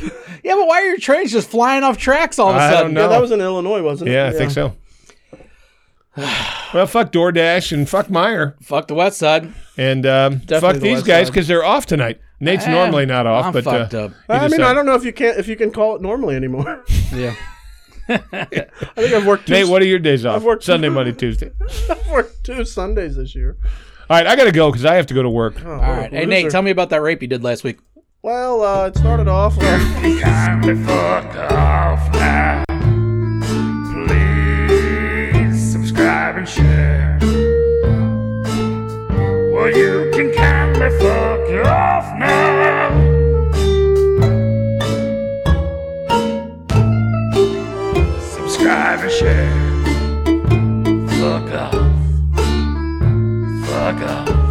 Yeah, but why are your trains just flying off tracks all of a I sudden? don't Yeah, know. that was in Illinois, wasn't it? Yeah, I think so. Well, fuck DoorDash and fuck Meyer Fuck the West Side. and um, fuck the these West guys Side. because they're off tonight. Nate's Eh, normally not off, I'm but uh, fucked up. he I mean, decided- I don't know if you can not if you can call it normally anymore. Yeah. I think I've worked two, Nate, what are your days off? worked- Sunday, Monday, Tuesday. I've worked two Sundays this year. All right, I gotta go because I have to go to work. Oh, All right. Hey, Nate, tell me about that rape you did last week. Well, uh, it started off. Where, time to fuck off now. Please subscribe and share. Well, you can kindly fuck off now. Subscribe and share. Fuck off. Fuck off.